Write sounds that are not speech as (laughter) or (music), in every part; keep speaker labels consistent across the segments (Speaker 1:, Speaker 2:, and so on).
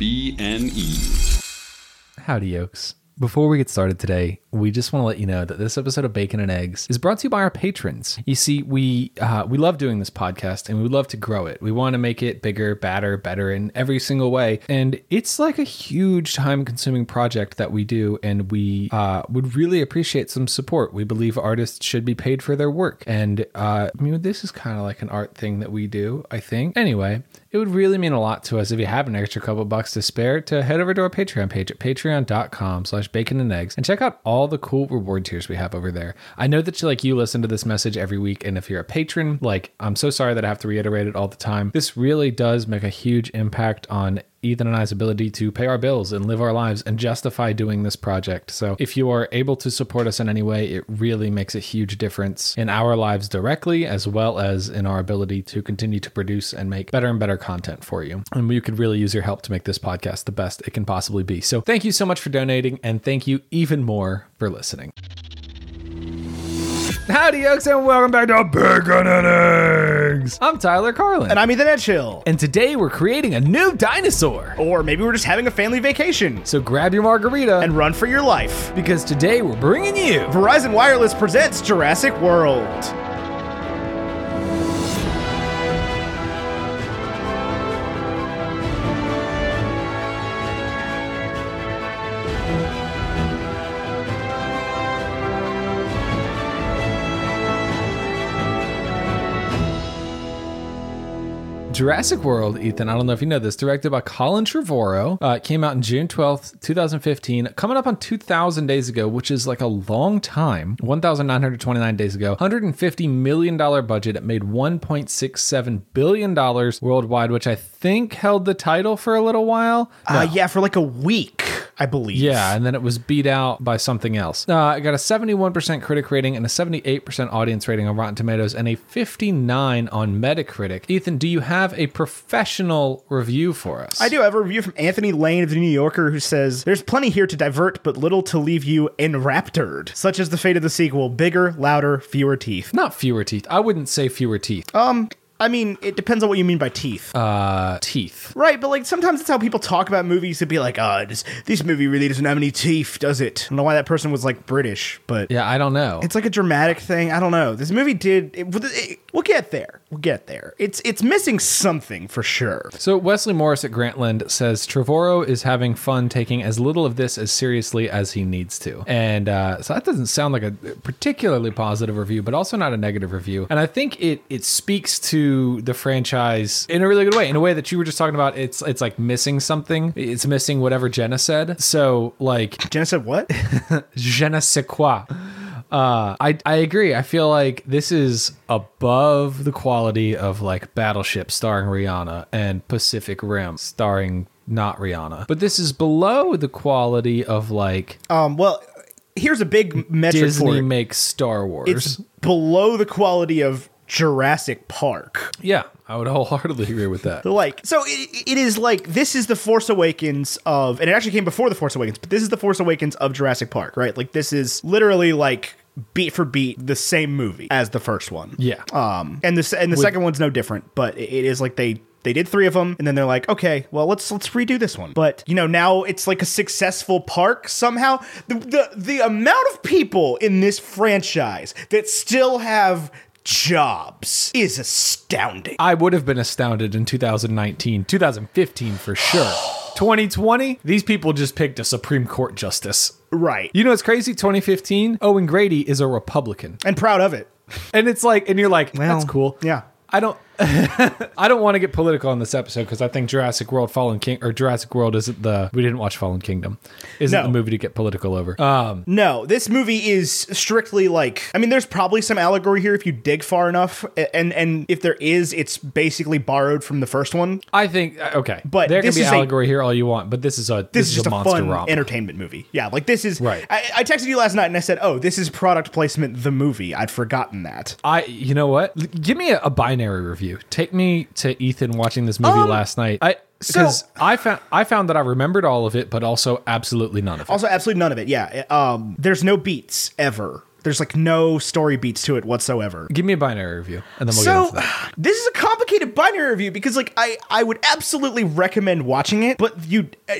Speaker 1: WBNE.
Speaker 2: Howdy, yokes. Before we get started today, we just want to let you know that this episode of Bacon and Eggs is brought to you by our patrons. You see, we uh, we love doing this podcast and we would love to grow it. We want to make it bigger, badder, better in every single way. And it's like a huge time consuming project that we do, and we uh, would really appreciate some support. We believe artists should be paid for their work. And uh, I mean, this is kind of like an art thing that we do, I think. Anyway, it would really mean a lot to us if you have an extra couple bucks to spare to head over to our Patreon page at patreon.com slash bacon and eggs and check out all the cool reward tiers we have over there. I know that you like you listen to this message every week, and if you're a patron, like I'm so sorry that I have to reiterate it all the time. This really does make a huge impact on Ethan and I's ability to pay our bills and live our lives and justify doing this project. So, if you are able to support us in any way, it really makes a huge difference in our lives directly, as well as in our ability to continue to produce and make better and better content for you. And we could really use your help to make this podcast the best it can possibly be. So, thank you so much for donating, and thank you even more for listening. Howdy, yokes, and welcome back to Bacon and Eggs. I'm Tyler Carlin.
Speaker 3: And I'm Ethan Edgehill.
Speaker 2: and today we're creating a new dinosaur.
Speaker 3: Or maybe we're just having a family vacation.
Speaker 2: So grab your margarita
Speaker 3: And run for your life.
Speaker 2: because today we're bringing you.
Speaker 3: Verizon Wireless presents Jurassic World. Uh,
Speaker 2: Jurassic World, Ethan. I don't know if you know this, directed by Colin Trevorrow. Uh, it came out in June 12th, 2015, coming up on 2,000 days ago, which is like a long time 1,929 days ago. $150 million budget. It made $1.67 billion worldwide, which I think held the title for a little while.
Speaker 3: Uh, yeah, for like a week, I believe.
Speaker 2: Yeah, and then it was beat out by something else. Uh, it got a 71% critic rating and a 78% audience rating on Rotten Tomatoes and a 59 on Metacritic. Ethan, do you have a professional review for us?
Speaker 3: I do have a review from Anthony Lane of The New Yorker who says There's plenty here to divert, but little to leave you enraptured, such as the fate of the sequel bigger, louder, fewer teeth.
Speaker 2: Not fewer teeth. I wouldn't say fewer teeth.
Speaker 3: Um, I mean, it depends on what you mean by teeth.
Speaker 2: Uh, teeth.
Speaker 3: Right, but like sometimes that's how people talk about movies. It'd be like, oh, this, this movie really doesn't have any teeth, does it? I don't know why that person was like British, but
Speaker 2: Yeah, I don't know.
Speaker 3: It's like a dramatic thing. I don't know. This movie did. It, it- we'll get there. We'll get there. It's it's missing something for sure.
Speaker 2: So Wesley Morris at Grantland says Trevorrow is having fun taking as little of this as seriously as he needs to, and uh, so that doesn't sound like a particularly positive review, but also not a negative review. And I think it it speaks to the franchise in a really good way, in a way that you were just talking about. It's it's like missing something. It's missing whatever Jenna said. So like
Speaker 3: Jenna said, "What?
Speaker 2: je ne sais quoi. Uh, I I agree. I feel like this is above the quality of like Battleship starring Rihanna and Pacific Rim starring not Rihanna, but this is below the quality of like
Speaker 3: um, well, here's a big metric for
Speaker 2: Disney
Speaker 3: it.
Speaker 2: makes Star Wars.
Speaker 3: It's below the quality of Jurassic Park.
Speaker 2: yeah, I would wholeheartedly agree with that.
Speaker 3: Like, so it, it is like this is the Force Awakens of, and it actually came before the Force Awakens, but this is the Force Awakens of Jurassic Park, right? Like, this is literally like beat for beat the same movie as the first one.
Speaker 2: Yeah.
Speaker 3: Um, and the and the second one's no different, but it- it is like they they did three of them, and then they're like, okay, well let's let's redo this one. But you know now it's like a successful park somehow. The the, the amount of people in this franchise that still have jobs is astounding.
Speaker 2: I would have been astounded in 2019, 2015 for sure. 2020, these people just picked a Supreme Court justice.
Speaker 3: Right.
Speaker 2: You know what's crazy? 2015, Owen Grady is a Republican.
Speaker 3: And proud of it.
Speaker 2: and it's like and you're like
Speaker 3: Well,
Speaker 2: that's cool
Speaker 3: yeah.
Speaker 2: i don't (laughs) i don't want to get political on this episode because i think jurassic world fallen king or jurassic world isn't the we didn't watch fallen kingdom isn't
Speaker 3: No.
Speaker 2: the movie to get political over um
Speaker 3: No, this movie is strictly like I mean there's probably some allegory here if you dig far enough a- and and if there is it's basically borrowed from the first one.
Speaker 2: i think uh, okay
Speaker 3: But
Speaker 2: there can
Speaker 3: this
Speaker 2: be
Speaker 3: is a-
Speaker 2: allegory here all you want but this is a this,
Speaker 3: this,
Speaker 2: is,
Speaker 3: is just
Speaker 2: a
Speaker 3: a,
Speaker 2: monster
Speaker 3: fun
Speaker 2: romp
Speaker 3: entertainment movie. Yeah, like this is.
Speaker 2: Right.
Speaker 3: I, I texted you last night and I said, "Oh, this is product placement. The movie." I'd forgotten that.
Speaker 2: I, you know what? L- Give me a, a binary review. Take me to Ethan watching this movie last night. I
Speaker 3: Um, so-
Speaker 2: because I found I found that I remembered all of it, but also absolutely none of it.
Speaker 3: Also, absolutely none of it. Yeah. Um. There's no beats ever. There's like no story beats to it whatsoever.
Speaker 2: Give me a binary review, and then we'll get
Speaker 3: So
Speaker 2: into that.
Speaker 3: this is a complicated binary review because like I I would absolutely recommend watching it, but you uh,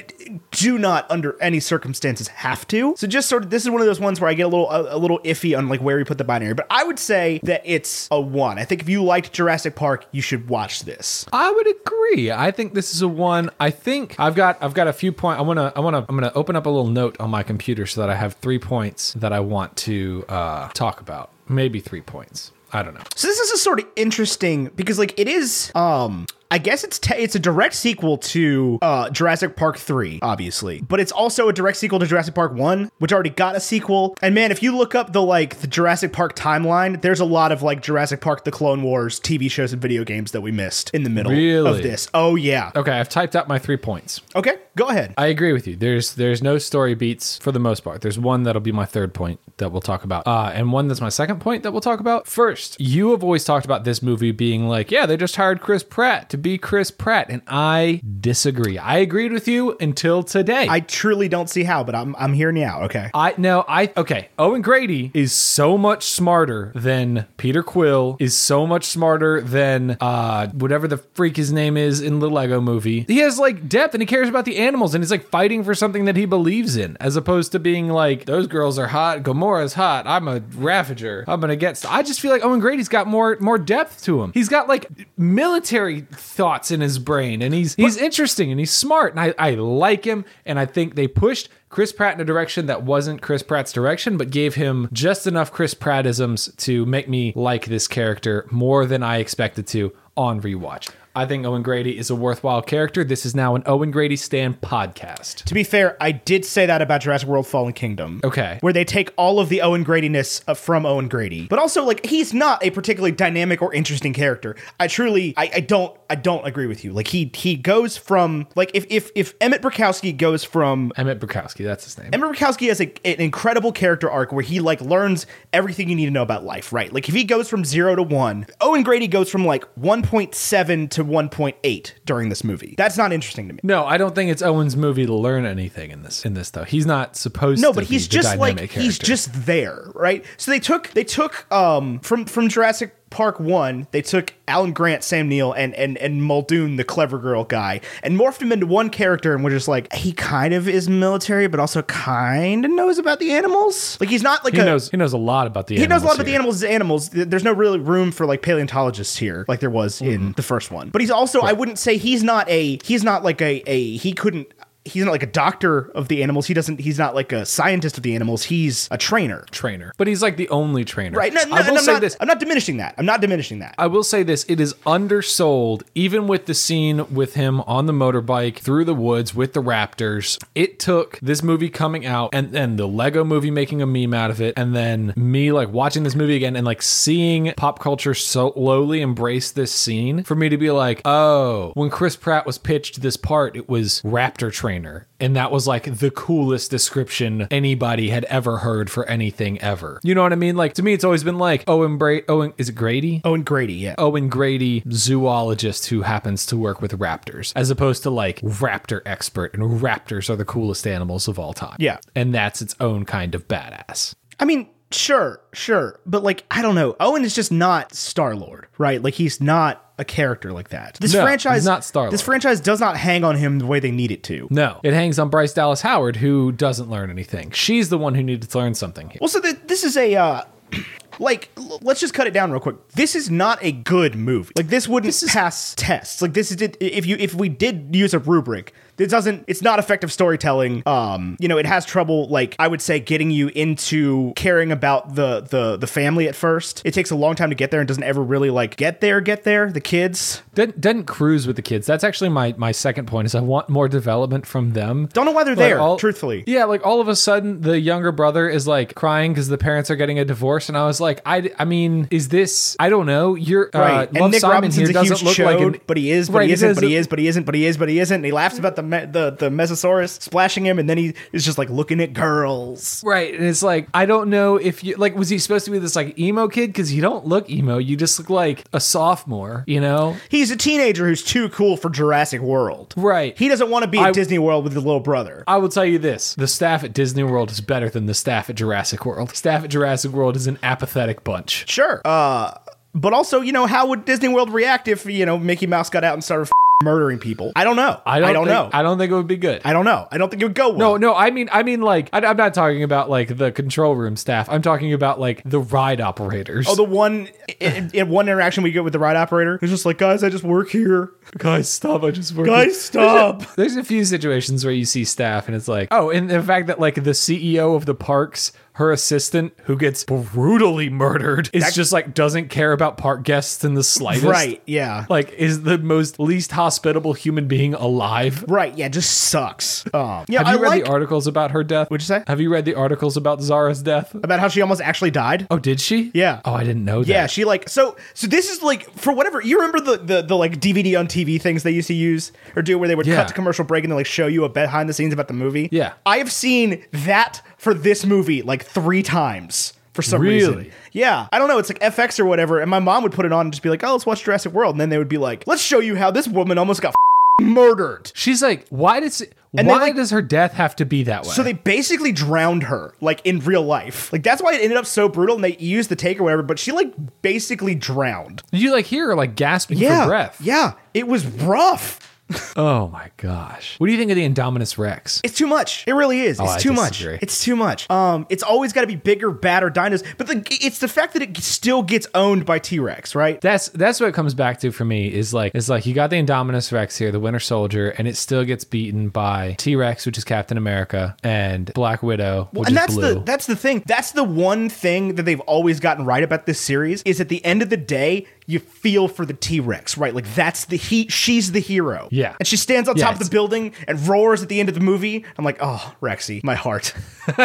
Speaker 3: do not under any circumstances have to. So just sort of this is one of those ones where I get a little a, a little iffy on like where we put the binary, but I would say that it's a 1. I think if you liked Jurassic Park, you should watch this.
Speaker 2: I would agree. I think this is a one. I think I've got I've got a few points. I wanna I wanna I'm gonna open up a little note on my computer so that I have three points that I want to uh, talk about. Maybe three points. I don't know.
Speaker 3: So this is a sort of interesting because like it is um I guess it's te- it's a direct sequel to uh, Jurassic Park 3, obviously. But it's also a direct sequel to Jurassic Park 1, which already got a sequel. And man, if you look up the like the Jurassic Park timeline, there's a lot of like Jurassic Park the Clone Wars TV shows and video games that we missed in the middle
Speaker 2: Really?
Speaker 3: of this. Oh yeah.
Speaker 2: Okay, I've typed out my three points.
Speaker 3: Okay, go ahead.
Speaker 2: I agree with you. There's there's no story beats for the most part. There's one that'll be my third point that we'll talk about, uh, and one that's my second point that we'll talk about. First, you have always talked about this movie being like, yeah, they just hired Chris Pratt to be Chris Pratt, and I disagree. I agreed with you until today.
Speaker 3: I truly don't see how, but I'm I'm hearing you out. Okay.
Speaker 2: I no, I okay. Owen Grady is so much smarter than Peter Quill is so much smarter than uh whatever the freak his name is in Little Lego Movie. He has like depth and he cares about the animals and he's like fighting for something that he believes in, as opposed to being like those girls are hot, Gamora's hot, I'm a ravager, I'm gonna get. St-. I just feel like Owen Grady's got more more depth to him. He's got like military thoughts in his brain and he's he's interesting and he's smart and I I like him and I think they pushed. Chris Pratt in a direction that wasn't Chris Pratt's direction, but gave him just enough Chris Prattisms to make me like this character more than I expected to on rewatch. I think Owen Grady is a worthwhile character. This is now an Owen Grady Stand podcast.
Speaker 3: To be fair, I did say that about Jurassic World Fallen Kingdom.
Speaker 2: Okay.
Speaker 3: Where they take all of the Owen Gradyness uh, from Owen Grady. But also, like, he's not a particularly dynamic or interesting character. I truly, I, I don't, I don't agree with you. Like, he he goes from, like, if if, if Emmett Brakowski goes from
Speaker 2: Emmett Bukowski, that's his name.
Speaker 3: Emma Bukowski has a, an incredible character arc where he like learns everything you need to know about life, right? Like if he goes from zero to one, Owen Grady goes from like 1.7 to 1.8 during this movie. That's not interesting to me.
Speaker 2: No, I don't think it's Owen's movie to learn anything in this in this though. He's not supposed
Speaker 3: No,
Speaker 2: to
Speaker 3: but
Speaker 2: be
Speaker 3: he's
Speaker 2: the
Speaker 3: just like
Speaker 2: dynamic
Speaker 3: he's
Speaker 2: character.
Speaker 3: just there, right? So they took they took um from from Jurassic Park one, they took Alan Grant, Sam Neill, and and and Muldoon, the clever girl guy, and morphed him into one character, and we're just like he kind of is military, but also kind of knows about the animals. Like he's not like
Speaker 2: he
Speaker 3: a
Speaker 2: knows he knows a lot about the
Speaker 3: he knows a lot
Speaker 2: here.
Speaker 3: about the animals as animals. Th- There's no really room for like paleontologists here, like there was
Speaker 2: Mm-hmm.
Speaker 3: in the first one. But he's also, I wouldn't say he's not a he's not like a a he couldn't. He's not like a doctor of the animals. He doesn't. He's not like a scientist of the animals. He's a trainer,
Speaker 2: trainer. But he's like the only trainer.
Speaker 3: right? No, no,
Speaker 2: I will
Speaker 3: and I'm
Speaker 2: say
Speaker 3: not,
Speaker 2: this.
Speaker 3: I'm not diminishing that. I'm not diminishing that.
Speaker 2: I will say this: it is undersold, even with the scene with him on the motorbike through the woods with the Raptors. It took this movie coming out, and then the Lego movie making a meme out of it, and then me like watching this movie again and like seeing pop culture so slowly embrace this scene for me to be like, oh, when Chris Pratt was pitched this part, it was Raptor trainer. And that was like the coolest description anybody had ever heard for anything ever. You know what I mean? Like to me, it's always been like oh, Owen Bra- Owen is it Oh, Grady?
Speaker 3: Owen Grady, yeah.
Speaker 2: Owen Grady zoologist who happens to work with raptors, as opposed to like raptor expert, and raptors are the coolest animals of all time.
Speaker 3: Yeah.
Speaker 2: And that's its own kind of badass.
Speaker 3: I mean, sure, sure, but like I don't know. Owen is just not Star Lord, right? Like he's not a character like that. This
Speaker 2: No,
Speaker 3: franchise
Speaker 2: he's not Star-Lord.
Speaker 3: This franchise does not hang on him the way they need it to.
Speaker 2: No, it hangs on Bryce Dallas Howard, who doesn't learn anything. She's the one who needed to learn something here.
Speaker 3: Well, so th- this is a uh, (clears throat) like l- let's just cut it down real quick. This is not a good movie. Like this wouldn't pass tests. Like this is it, if you if we did use a rubric, it doesn't. It's not effective storytelling. Um, you know, it has trouble. Like I would say, getting you into caring about the the the family at first. It takes a long time to get there and doesn't ever really like get there. Get there. The kids.
Speaker 2: Doesn't, doesn't cruise with the kids. That's actually my my second point is I want more development from them.
Speaker 3: Don't know why they're
Speaker 2: Like,
Speaker 3: there.
Speaker 2: all-
Speaker 3: truthfully.
Speaker 2: Yeah, like all of a sudden the younger brother is like crying because the parents are getting a divorce, and I was like, I, I mean, is this? I don't know. You're uh,
Speaker 3: Right, and
Speaker 2: Love
Speaker 3: Nick
Speaker 2: Simon
Speaker 3: Robinson's
Speaker 2: here
Speaker 3: a
Speaker 2: doesn't
Speaker 3: huge
Speaker 2: look
Speaker 3: chode,
Speaker 2: like an,
Speaker 3: but he is, but
Speaker 2: Right,
Speaker 3: he
Speaker 2: it
Speaker 3: isn't, but he
Speaker 2: doesn't-
Speaker 3: is, but he isn't, but he is, but he isn't. And he laughs about the me- the the Mesosaurus splashing him, and then he is just like looking at girls.
Speaker 2: Right, and it's like I don't know if you like was he supposed to be this like emo kid because you don't look emo, you just look like a sophomore, you know?
Speaker 3: He's a teenager who's too cool for Jurassic World.
Speaker 2: Right.
Speaker 3: He doesn't want to be
Speaker 2: I-
Speaker 3: at Disney World with his little brother.
Speaker 2: I will tell you this: the staff at Disney World is better than the staff at Jurassic World. Staff at Jurassic World is an apathetic bunch.
Speaker 3: Sure. Uh But also, you know, how would Disney World react if you know Mickey Mouse got out and started f- murdering people? I don't know. I don't,
Speaker 2: think-
Speaker 3: know.
Speaker 2: I don't think it would be good.
Speaker 3: I don't know. I don't think it would go well.
Speaker 2: No, Oh, no. I mean, I mean, like, I, I'm not talking about like the control room staff. I'm talking about like the ride operators.
Speaker 3: Oh, the one in, in one interaction we get with the ride operator, who's just like, guys, I just
Speaker 2: (laughs)
Speaker 3: work here.
Speaker 2: guys, stop! I just work.
Speaker 3: Guys, stop.
Speaker 2: There's a few situations where you see staff, and it's like, oh, and the fact that like the CEO of the parks, her assistant, who gets brutally murdered, is just like doesn't care about park guests in the slightest.
Speaker 3: right. Yeah.
Speaker 2: Like, is the most least hospitable human being alive.
Speaker 3: Right. Yeah. Just sucks. Um, yeah.
Speaker 2: Have you
Speaker 3: I
Speaker 2: read
Speaker 3: like
Speaker 2: the articles about her death?
Speaker 3: What'd you say?
Speaker 2: Have you read the articles about Zara's death?
Speaker 3: about how she almost actually died.
Speaker 2: Oh, did she?
Speaker 3: Yeah.
Speaker 2: Oh, I didn't know that.
Speaker 3: Yeah, she like so so this is like for whatever you remember the the, the like DVD on TV things they used to use or do where they would
Speaker 2: Yeah.
Speaker 3: cut to commercial break and they like show you a behind the scenes about the movie.
Speaker 2: Yeah.
Speaker 3: I have seen that for this movie like three times for some reason.
Speaker 2: Really?
Speaker 3: Yeah. I don't know, it's like FX or whatever, and my mom would put it on and just be like, Oh, let's watch Jurassic World, and then they would be like, Let's show you how this woman almost got f- murdered.
Speaker 2: She's like, why does
Speaker 3: And they,
Speaker 2: why
Speaker 3: like-
Speaker 2: does her death have to be that way?
Speaker 3: So they basically drowned her, like in real life. Like that's why it ended up so brutal, and they used the take or whatever. But she like basically drowned.
Speaker 2: you like hear her like gasping
Speaker 3: yeah,
Speaker 2: for breath.
Speaker 3: Yeah, it was rough.
Speaker 2: Oh my gosh. What do you think of the Indominus Rex?
Speaker 3: It's too much. It really is. It's
Speaker 2: Oh, I
Speaker 3: too
Speaker 2: disagree.
Speaker 3: much. It's too much. Um, it's always got to be bigger, badder dinosaurs. But the, it's the fact that it still gets owned by T Rex, right?
Speaker 2: That's that's what it comes back to for me is like it's like you got the Indominus Rex here, the Winter Soldier, and it still gets beaten by T Rex, which is Captain America, and Black Widow, which
Speaker 3: and
Speaker 2: is
Speaker 3: that's
Speaker 2: blue.
Speaker 3: the that's the thing. That's the one thing that they've always gotten right about this series is at the end of the day, you feel for the T Rex, right? Like that's the he she's the hero.
Speaker 2: Yeah.
Speaker 3: and she stands on
Speaker 2: Yeah,
Speaker 3: top of the
Speaker 2: it's-
Speaker 3: building and roars at the end of the movie. I'm like, oh, Rexy, my heart, (laughs)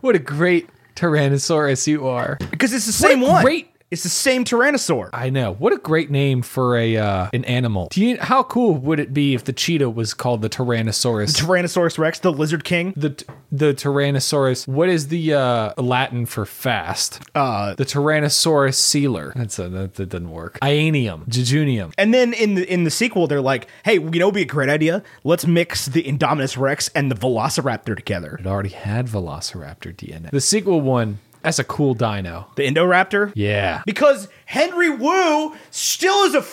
Speaker 2: what a great Tyrannosaurus you are.
Speaker 3: because it's the same
Speaker 2: a
Speaker 3: one.
Speaker 2: great-
Speaker 3: It's the same Tyrannosaur.
Speaker 2: I know. What a great name for a uh, an animal. Do you how cool would it be if the cheetah was called the Tyrannosaurus?
Speaker 3: Tyrannosaurus Rex, the Lizard King.
Speaker 2: the t- the Tyrannosaurus. What is the uh, Latin for fast?
Speaker 3: Uh,
Speaker 2: the Tyrannosaurus sealer. That's a, that, that doesn't work. Ianium, jejunium.
Speaker 3: And then in the in the sequel, they're like, "Hey, you know, it'd be a great idea. Let's mix the Indominus Rex and the Velociraptor together.
Speaker 2: It already had Velociraptor DNA. The sequel one. That's a cool dino.
Speaker 3: The Indoraptor,
Speaker 2: Yeah.
Speaker 3: because Henry Wu still is a f-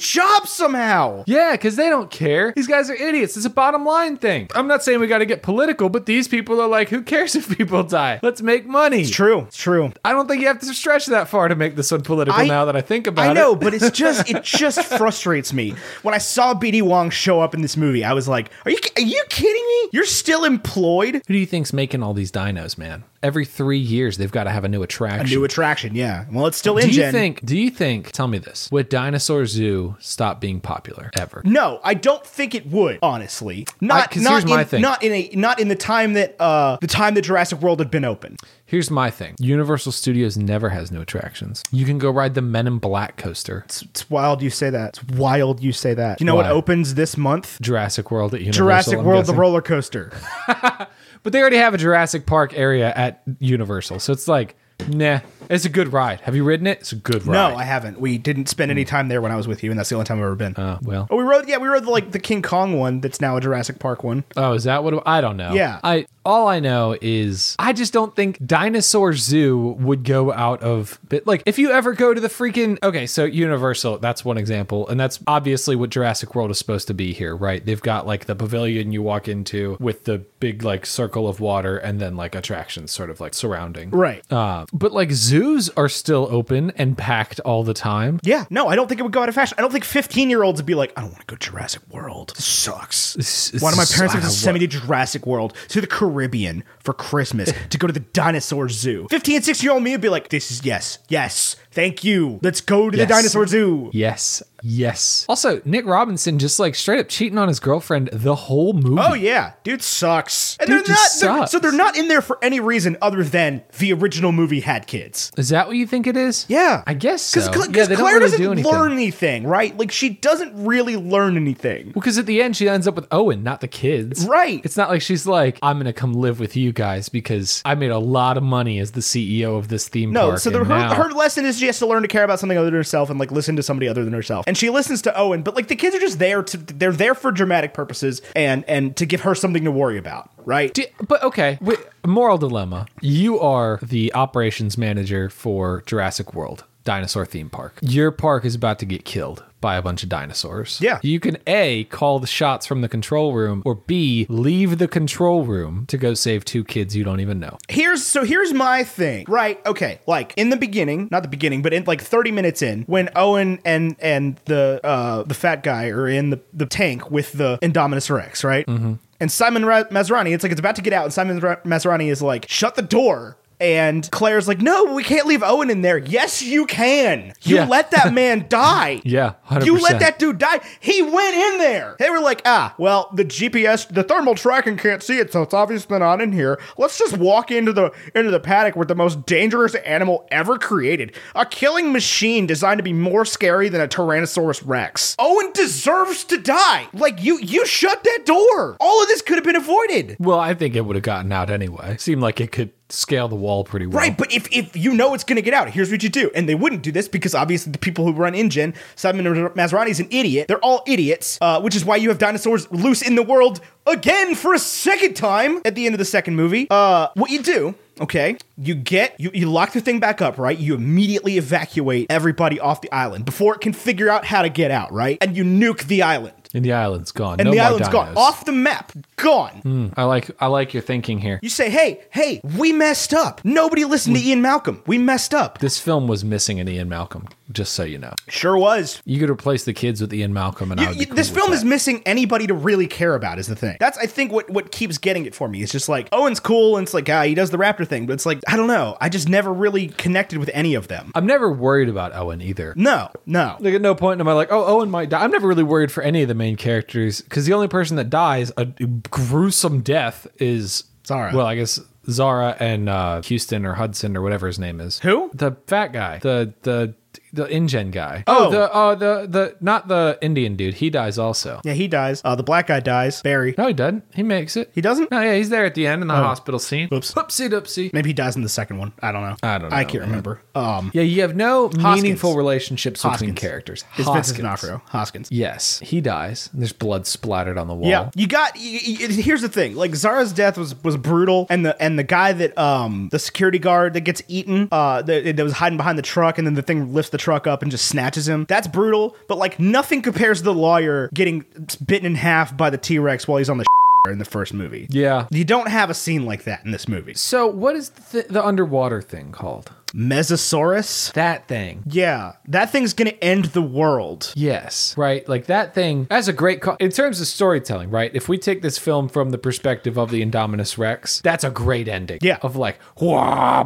Speaker 3: job somehow.
Speaker 2: Yeah, because they don't care. These guys are idiots. It's a bottom line thing. I'm not saying we got to get political, but these people are like, who cares (laughs) if people die? Let's make money.
Speaker 3: True, it's true.
Speaker 2: I don't think you have to stretch that far to make this unpolitical
Speaker 3: I-
Speaker 2: now that I think about it.
Speaker 3: I know, (laughs) but it's just it just frustrates me when I saw BD Wong show up in this movie. I was like, "Are you are you kidding me? You're still employed?
Speaker 2: Who do you think's making all these dinos, man? Every three years, they've got to have a new attraction.
Speaker 3: New attraction, yeah. Well, it's still in
Speaker 2: Do you
Speaker 3: Gen.
Speaker 2: think? Do you think? Tell me this: Would Dinosaur Zoo stop being popular ever?
Speaker 3: No, I don't think it would. Honestly, not
Speaker 2: 'cause
Speaker 3: not
Speaker 2: here's
Speaker 3: in,
Speaker 2: my thing.
Speaker 3: not in a not in the time that uh the time that Jurassic World had been open.
Speaker 2: Here's my thing: Universal Studios never has new attractions. You can go ride the Men in Black coaster,
Speaker 3: It's, it's wild you say that. It's wild you say that. You know
Speaker 2: Why?
Speaker 3: what opens this month?
Speaker 2: Jurassic World at Universal.
Speaker 3: Jurassic
Speaker 2: I'm
Speaker 3: World,
Speaker 2: guessing.
Speaker 3: the roller coaster.
Speaker 2: but they already have a Jurassic Park area at Universal, so it's like, nah, it's a good ride. Have you ridden it? It's a good
Speaker 3: No,
Speaker 2: ride.
Speaker 3: I haven't. We didn't spend any time there when I was with you, and that's the only time I've ever been.
Speaker 2: Uh, well,
Speaker 3: Hmm. oh, we rode. Yeah, we rode the, like the King Kong one. That's now a Jurassic Park one.
Speaker 2: Oh, is that what I don't know?
Speaker 3: Yeah.
Speaker 2: I all I know is I just don't think Dinosaur Zoo would go out of bit. Like if you ever go to the freaking okay, so Universal, that's one example, and that's obviously what Jurassic World is supposed to be here, right? They've got like the pavilion you walk into with the big like circle of water and then like attractions sort of like surrounding.
Speaker 3: Right.
Speaker 2: Uh, but like zoos are still open and packed all the time.
Speaker 3: yeah. No, I don't think it would go out of fashion. I don't think fifteen year olds would be like, I don't want to go Jurassic World. This sucks.
Speaker 2: it's-
Speaker 3: Why do my parents have
Speaker 2: I
Speaker 3: to send me to Jurassic World to the Caribbean for (laughs) Christmas to go to the dinosaur zoo? 15 and 16 year old me would be like, this is yes, yes, thank you. Let's go to
Speaker 2: Yes.
Speaker 3: the dinosaur zoo.
Speaker 2: Yes. Yes. Also, Nick Robinson just like straight up cheating on his girlfriend the whole movie.
Speaker 3: Oh yeah, dude sucks. And
Speaker 2: Dude
Speaker 3: they're not
Speaker 2: just
Speaker 3: they're- so
Speaker 2: sucks.
Speaker 3: they're not in there for any reason other than the original movie had kids.
Speaker 2: Is that what you think it is?
Speaker 3: Yeah,
Speaker 2: I guess so.
Speaker 3: because
Speaker 2: yeah, they don't
Speaker 3: Claire
Speaker 2: really
Speaker 3: doesn't
Speaker 2: do anything.
Speaker 3: learn anything, right? Like she doesn't really learn anything.
Speaker 2: because at the end she ends up with Owen, not the kids.
Speaker 3: Right.
Speaker 2: It's not like she's like, I'm gonna come live with you guys because I made a lot of money as the CEO of this theme
Speaker 3: No,
Speaker 2: park.
Speaker 3: so the,
Speaker 2: and now-
Speaker 3: her, her lesson is she has to learn to care about something other than herself and like listen to somebody other than herself. And she listens to Owen, but like the kids are just there to they're there for dramatic purposes and and to give her something to worry about, right?
Speaker 2: Do- but okay, wait, moral dilemma. You are the operations manager for Jurassic World. dinosaur theme park. Your park is about to get killed by a bunch of dinosaurs.
Speaker 3: Yeah.
Speaker 2: You can A, call the shots from the control room, or B, leave the control room to go save two kids you don't even know.
Speaker 3: Here's so here's my thing. Right, okay. Like in the beginning, not the beginning, but in like 30 minutes in, when Owen and and the uh the fat guy are in the, the tank with the Indominus Rex, right? Mm-hmm. And Simon Ra- Maserani, it's like it's about to get out, and Simon Ra- Maserani is like, shut the door. And Claire's like, no, we can't leave Owen in there. Yes, you can. You
Speaker 2: Yeah. (laughs)
Speaker 3: let that man die.
Speaker 2: Yeah, 100%.
Speaker 3: You let that dude die. He went in there. They were like, ah, well, the GPS, the thermal tracking can't see it, so it's obviously not in here. Let's just walk into the into the paddock with the most dangerous animal ever created, a killing machine designed to be more scary than a Tyrannosaurus Rex. Owen deserves to die. Like you, you shut that door. All of this could have been avoided.
Speaker 2: Well, I think it would have gotten out anyway. Seemed like it could scale the wall pretty well.
Speaker 3: Right, but if, if you know it's going to get out, here's what you do. And they wouldn't do this because obviously the people who run InGen, Simon Maserati's an idiot. They're all idiots, uh, which is why you have dinosaurs loose in the world again for a second time at the end of the second movie. Uh, what you do, okay, you get, you, you lock the thing back up, right? You immediately evacuate everybody off the island before it can figure out how to get out, right? And you nuke the island.
Speaker 2: And the island's gone.
Speaker 3: And
Speaker 2: no
Speaker 3: the
Speaker 2: more
Speaker 3: island's gone.
Speaker 2: dinos. Hmm.
Speaker 3: Off the map. Gone.
Speaker 2: I like I like your thinking here.
Speaker 3: You say, hey, hey, we messed up. Nobody listened to Ian Malcolm. We messed up.
Speaker 2: This film was missing an Ian Malcolm, just so you know.
Speaker 3: Sure was.
Speaker 2: You could replace the kids with Ian Malcolm and I
Speaker 3: You-
Speaker 2: would
Speaker 3: you-
Speaker 2: be cool
Speaker 3: this
Speaker 2: with
Speaker 3: film
Speaker 2: that.
Speaker 3: is missing anybody to really care about is the thing. That's I think what what keeps getting it for me. It's just like Owen's cool and it's like ah he does the raptor thing, but it's like I don't know. I just never really connected with any of them.
Speaker 2: I'm never worried about Owen either.
Speaker 3: No, no.
Speaker 2: Like at no point am I like, oh, Owen might die. I'm never really worried for any of the main characters because the only person that dies a gruesome death is
Speaker 3: Zara.
Speaker 2: Well, I guess Zara and uh, Houston or Hudson or whatever his name is.
Speaker 3: Who?
Speaker 2: The fat guy. The the the InGen guy.
Speaker 3: Oh.
Speaker 2: the uh, the the not the Indian dude. He dies also.
Speaker 3: Yeah, he dies. Uh, the black guy dies. Barry.
Speaker 2: No, he doesn't. He makes it.
Speaker 3: He doesn't. Oh.
Speaker 2: No, yeah, he's there at the end in the hospital scene.
Speaker 3: Oops.
Speaker 2: Whoopsie doopsie.
Speaker 3: Maybe he dies in the second one. I don't know.
Speaker 2: I don't
Speaker 3: I
Speaker 2: know,
Speaker 3: can't
Speaker 2: man.
Speaker 3: remember. Um,
Speaker 2: Yeah, you have no meaningful
Speaker 3: Hoskins.
Speaker 2: relationships between
Speaker 3: Hoskins.
Speaker 2: characters.
Speaker 3: it's Vincent
Speaker 2: Hoskins.
Speaker 3: D'Onofrio. Hoskins.
Speaker 2: Yes, he dies. And there's blood splattered on the wall.
Speaker 3: Yeah, you got. You, you, here's the thing: like Zara's death was was brutal, and the and the guy that um the security guard that gets eaten, uh, that, that was hiding behind the truck, and then the thing lifts the truck up and just snatches him. That's brutal, but like nothing compares to the lawyer getting bitten in half by the T Rex while he's on the (laughs) in the first movie.
Speaker 2: Yeah.
Speaker 3: You don't have a scene like that in this movie.
Speaker 2: So, what is the, the underwater thing called?
Speaker 3: Mesosaurus.
Speaker 2: That thing.
Speaker 3: Yeah, that thing's gonna end the world.
Speaker 2: Yes. Right? Like that thing, that's a great call. In terms of storytelling, right? If we take this film from the perspective of the Indominus Rex, that's a great ending.
Speaker 3: Yeah.
Speaker 2: Of like, (laughs) "Wah,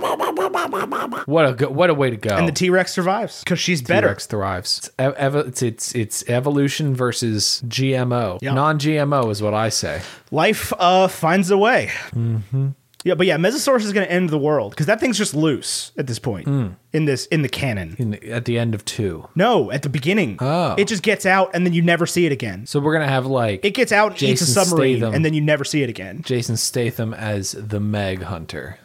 Speaker 2: what a go- what a way to go.
Speaker 3: And the T Rex survives because she's better.
Speaker 2: T-Rex thrives. It's, ev- ev- it's, it's, it's evolution versus GMO.
Speaker 3: Yeah.
Speaker 2: Non GMO is what I say.
Speaker 3: life uh, finds a way.
Speaker 2: Mm-hmm.
Speaker 3: Yeah, but yeah, Mesosaurus is going to end the world because that thing's just loose at this point
Speaker 2: Hmm.
Speaker 3: in this in the canon.
Speaker 2: In, at the end of two.
Speaker 3: No, at the beginning,
Speaker 2: Oh.
Speaker 3: it just gets out and then you never see it again.
Speaker 2: So, we're going to have like
Speaker 3: It gets out and eats a
Speaker 2: Jason
Speaker 3: submarine
Speaker 2: Statham.
Speaker 3: and then you never see it again.
Speaker 2: Jason Statham as the Meg Hunter.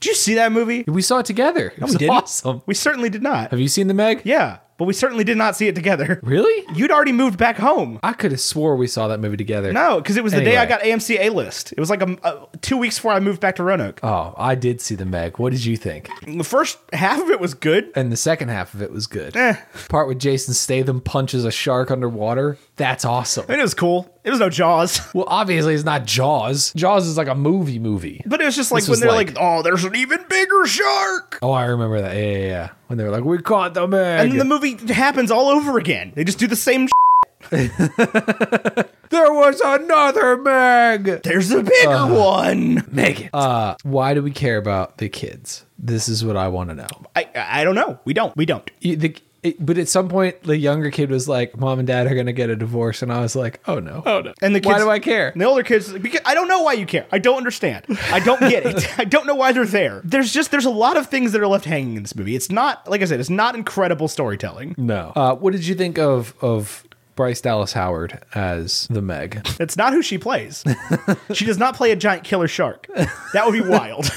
Speaker 3: Did you see that movie?
Speaker 2: We saw it together. It was
Speaker 3: didn't.
Speaker 2: awesome.
Speaker 3: We certainly did not.
Speaker 2: Have you seen the Meg?
Speaker 3: Yeah, but we certainly did not see it together.
Speaker 2: Really?
Speaker 3: You'd already moved back home.
Speaker 2: I could have swore we saw that movie together.
Speaker 3: No, because it was the day I
Speaker 2: Anyway.
Speaker 3: got AMC A list. It was like a, a- two weeks before I moved back to Roanoke.
Speaker 2: Oh, I did see the Meg. What did you think?
Speaker 3: The first half of it was good.
Speaker 2: And the second half of it was good.
Speaker 3: Eh.
Speaker 2: Part with Jason Statham punches a shark underwater. That's awesome.
Speaker 3: I mean, it was cool. It was no Jaws.
Speaker 2: Well, obviously it's not Jaws. Jaws is like a movie movie.
Speaker 3: But it was just like
Speaker 2: This
Speaker 3: when
Speaker 2: was
Speaker 3: they're like,
Speaker 2: like-
Speaker 3: "Oh, there's an even bigger shark,"
Speaker 2: Oh, I remember that. Yeah, yeah, yeah. When they were like, "We caught the Meg."
Speaker 3: and then the movie happens all over again. They just do the same. Sh-
Speaker 2: there was another Meg.
Speaker 3: there's a bigger
Speaker 2: Uh,
Speaker 3: one.
Speaker 2: Meg
Speaker 3: (laughs)
Speaker 2: it. Uh, why do we care about the kids? This is what I want to know.
Speaker 3: I I don't know. We don't. We don't.
Speaker 2: you- the, it, but at some point the younger kid was like mom and dad are going to get a divorce and i was like oh no oh no
Speaker 3: And the
Speaker 2: why
Speaker 3: kids-
Speaker 2: do i care
Speaker 3: And the older kids, because I don't know why you care. I don't understand. I don't get it. (laughs) I don't know why they're there. There's just there's a lot of things that are left hanging in this movie. It's not like I said. It's not incredible storytelling.
Speaker 2: no uh, what did you think of of bryce dallas howard as the meg (laughs) (laughs)
Speaker 3: That's not who she plays. she does not play a giant killer shark. That would be wild.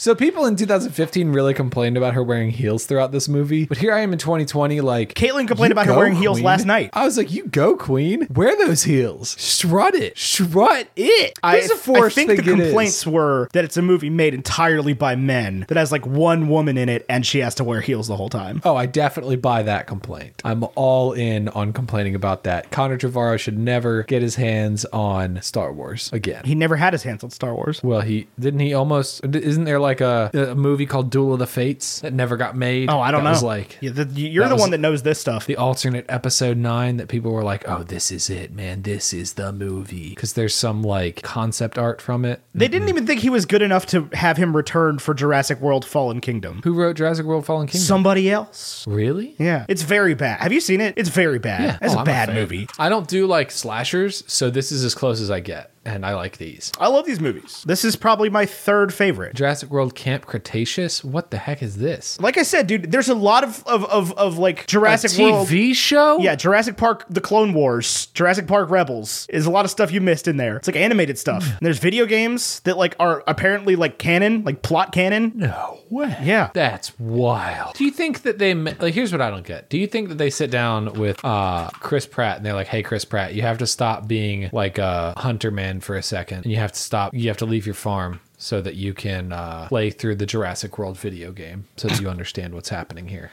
Speaker 2: So people in 2015 really complained about her wearing heels throughout this movie, but here I am in 2020, like
Speaker 3: Caitlyn complained
Speaker 2: you
Speaker 3: about her
Speaker 2: go,
Speaker 3: wearing heels
Speaker 2: queen.
Speaker 3: last night.
Speaker 2: I was like, "You go, Queen! Wear those heels, strut it, strut it."
Speaker 3: I,
Speaker 2: Who's the force
Speaker 3: I think
Speaker 2: thing
Speaker 3: the
Speaker 2: it is?
Speaker 3: complaints were that it's a movie made entirely by men that has like one woman in it and she has to wear heels the whole time.
Speaker 2: Oh, I definitely buy that complaint. I'm all in on complaining about that. Connor Trevorrow should never get his hands on Star Wars again.
Speaker 3: He never had his hands on Star Wars.
Speaker 2: Well, he didn't he almost isn't there like a, a movie called Duel of the Fates that never got made?
Speaker 3: Oh, I don't
Speaker 2: that
Speaker 3: know.
Speaker 2: Was like
Speaker 3: Yeah, the- you're
Speaker 2: that
Speaker 3: the
Speaker 2: was-
Speaker 3: one that knows this stuff.
Speaker 2: the alternate episode 9 that people were like, "Oh, this is it, man. This is the movie." Cuz there's some like concept art from it.
Speaker 3: They didn't even think he was good enough to have him returned for Jurassic World Fallen Kingdom.
Speaker 2: Who wrote Jurassic World Fallen Kingdom?
Speaker 3: Somebody else.
Speaker 2: really?
Speaker 3: Yeah. It's very bad. Have you seen it? It's very bad.
Speaker 2: Yeah.
Speaker 3: It's
Speaker 2: Oh,
Speaker 3: a
Speaker 2: I'm
Speaker 3: bad
Speaker 2: fan.
Speaker 3: movie.
Speaker 2: I don't do like slashers, so this is as close as I get, and I like these.
Speaker 3: I love these movies. This is probably my third favorite.
Speaker 2: Jurassic World Camp Cretaceous? What the heck is this?
Speaker 3: Like I said, dude, there's a lot of of of, of like Jurassic
Speaker 2: a TV
Speaker 3: World.
Speaker 2: show?
Speaker 3: Yeah, Jurassic Park, The Clone Wars, Jurassic Park Rebels is a lot of stuff you missed in there. It's like animated stuff. And there's video games that like are apparently like canon, like plot canon.
Speaker 2: No way.
Speaker 3: Yeah.
Speaker 2: That's wild. Do you think that they ma- like here's what I don't get. Do you think that they sit down with uh Chris Pratt and they're like, "Hey Chris Pratt, you have to stop being like a hunter man for a second and you have to stop you have to leave your farm." So that you can uh, play through the Jurassic World video game, so that you understand what's happening here.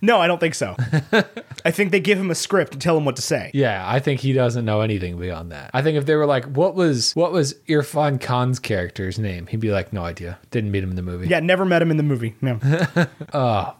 Speaker 3: No, I don't think so. I think they give him a script and tell him what to say.
Speaker 2: Yeah, I think he doesn't know anything beyond that. I think if they were like, "What was what was Irfan Khan's character's name?" He'd be like, "No idea. Didn't meet him in the movie." Oh,
Speaker 3: Yeah, never met him in the movie. No.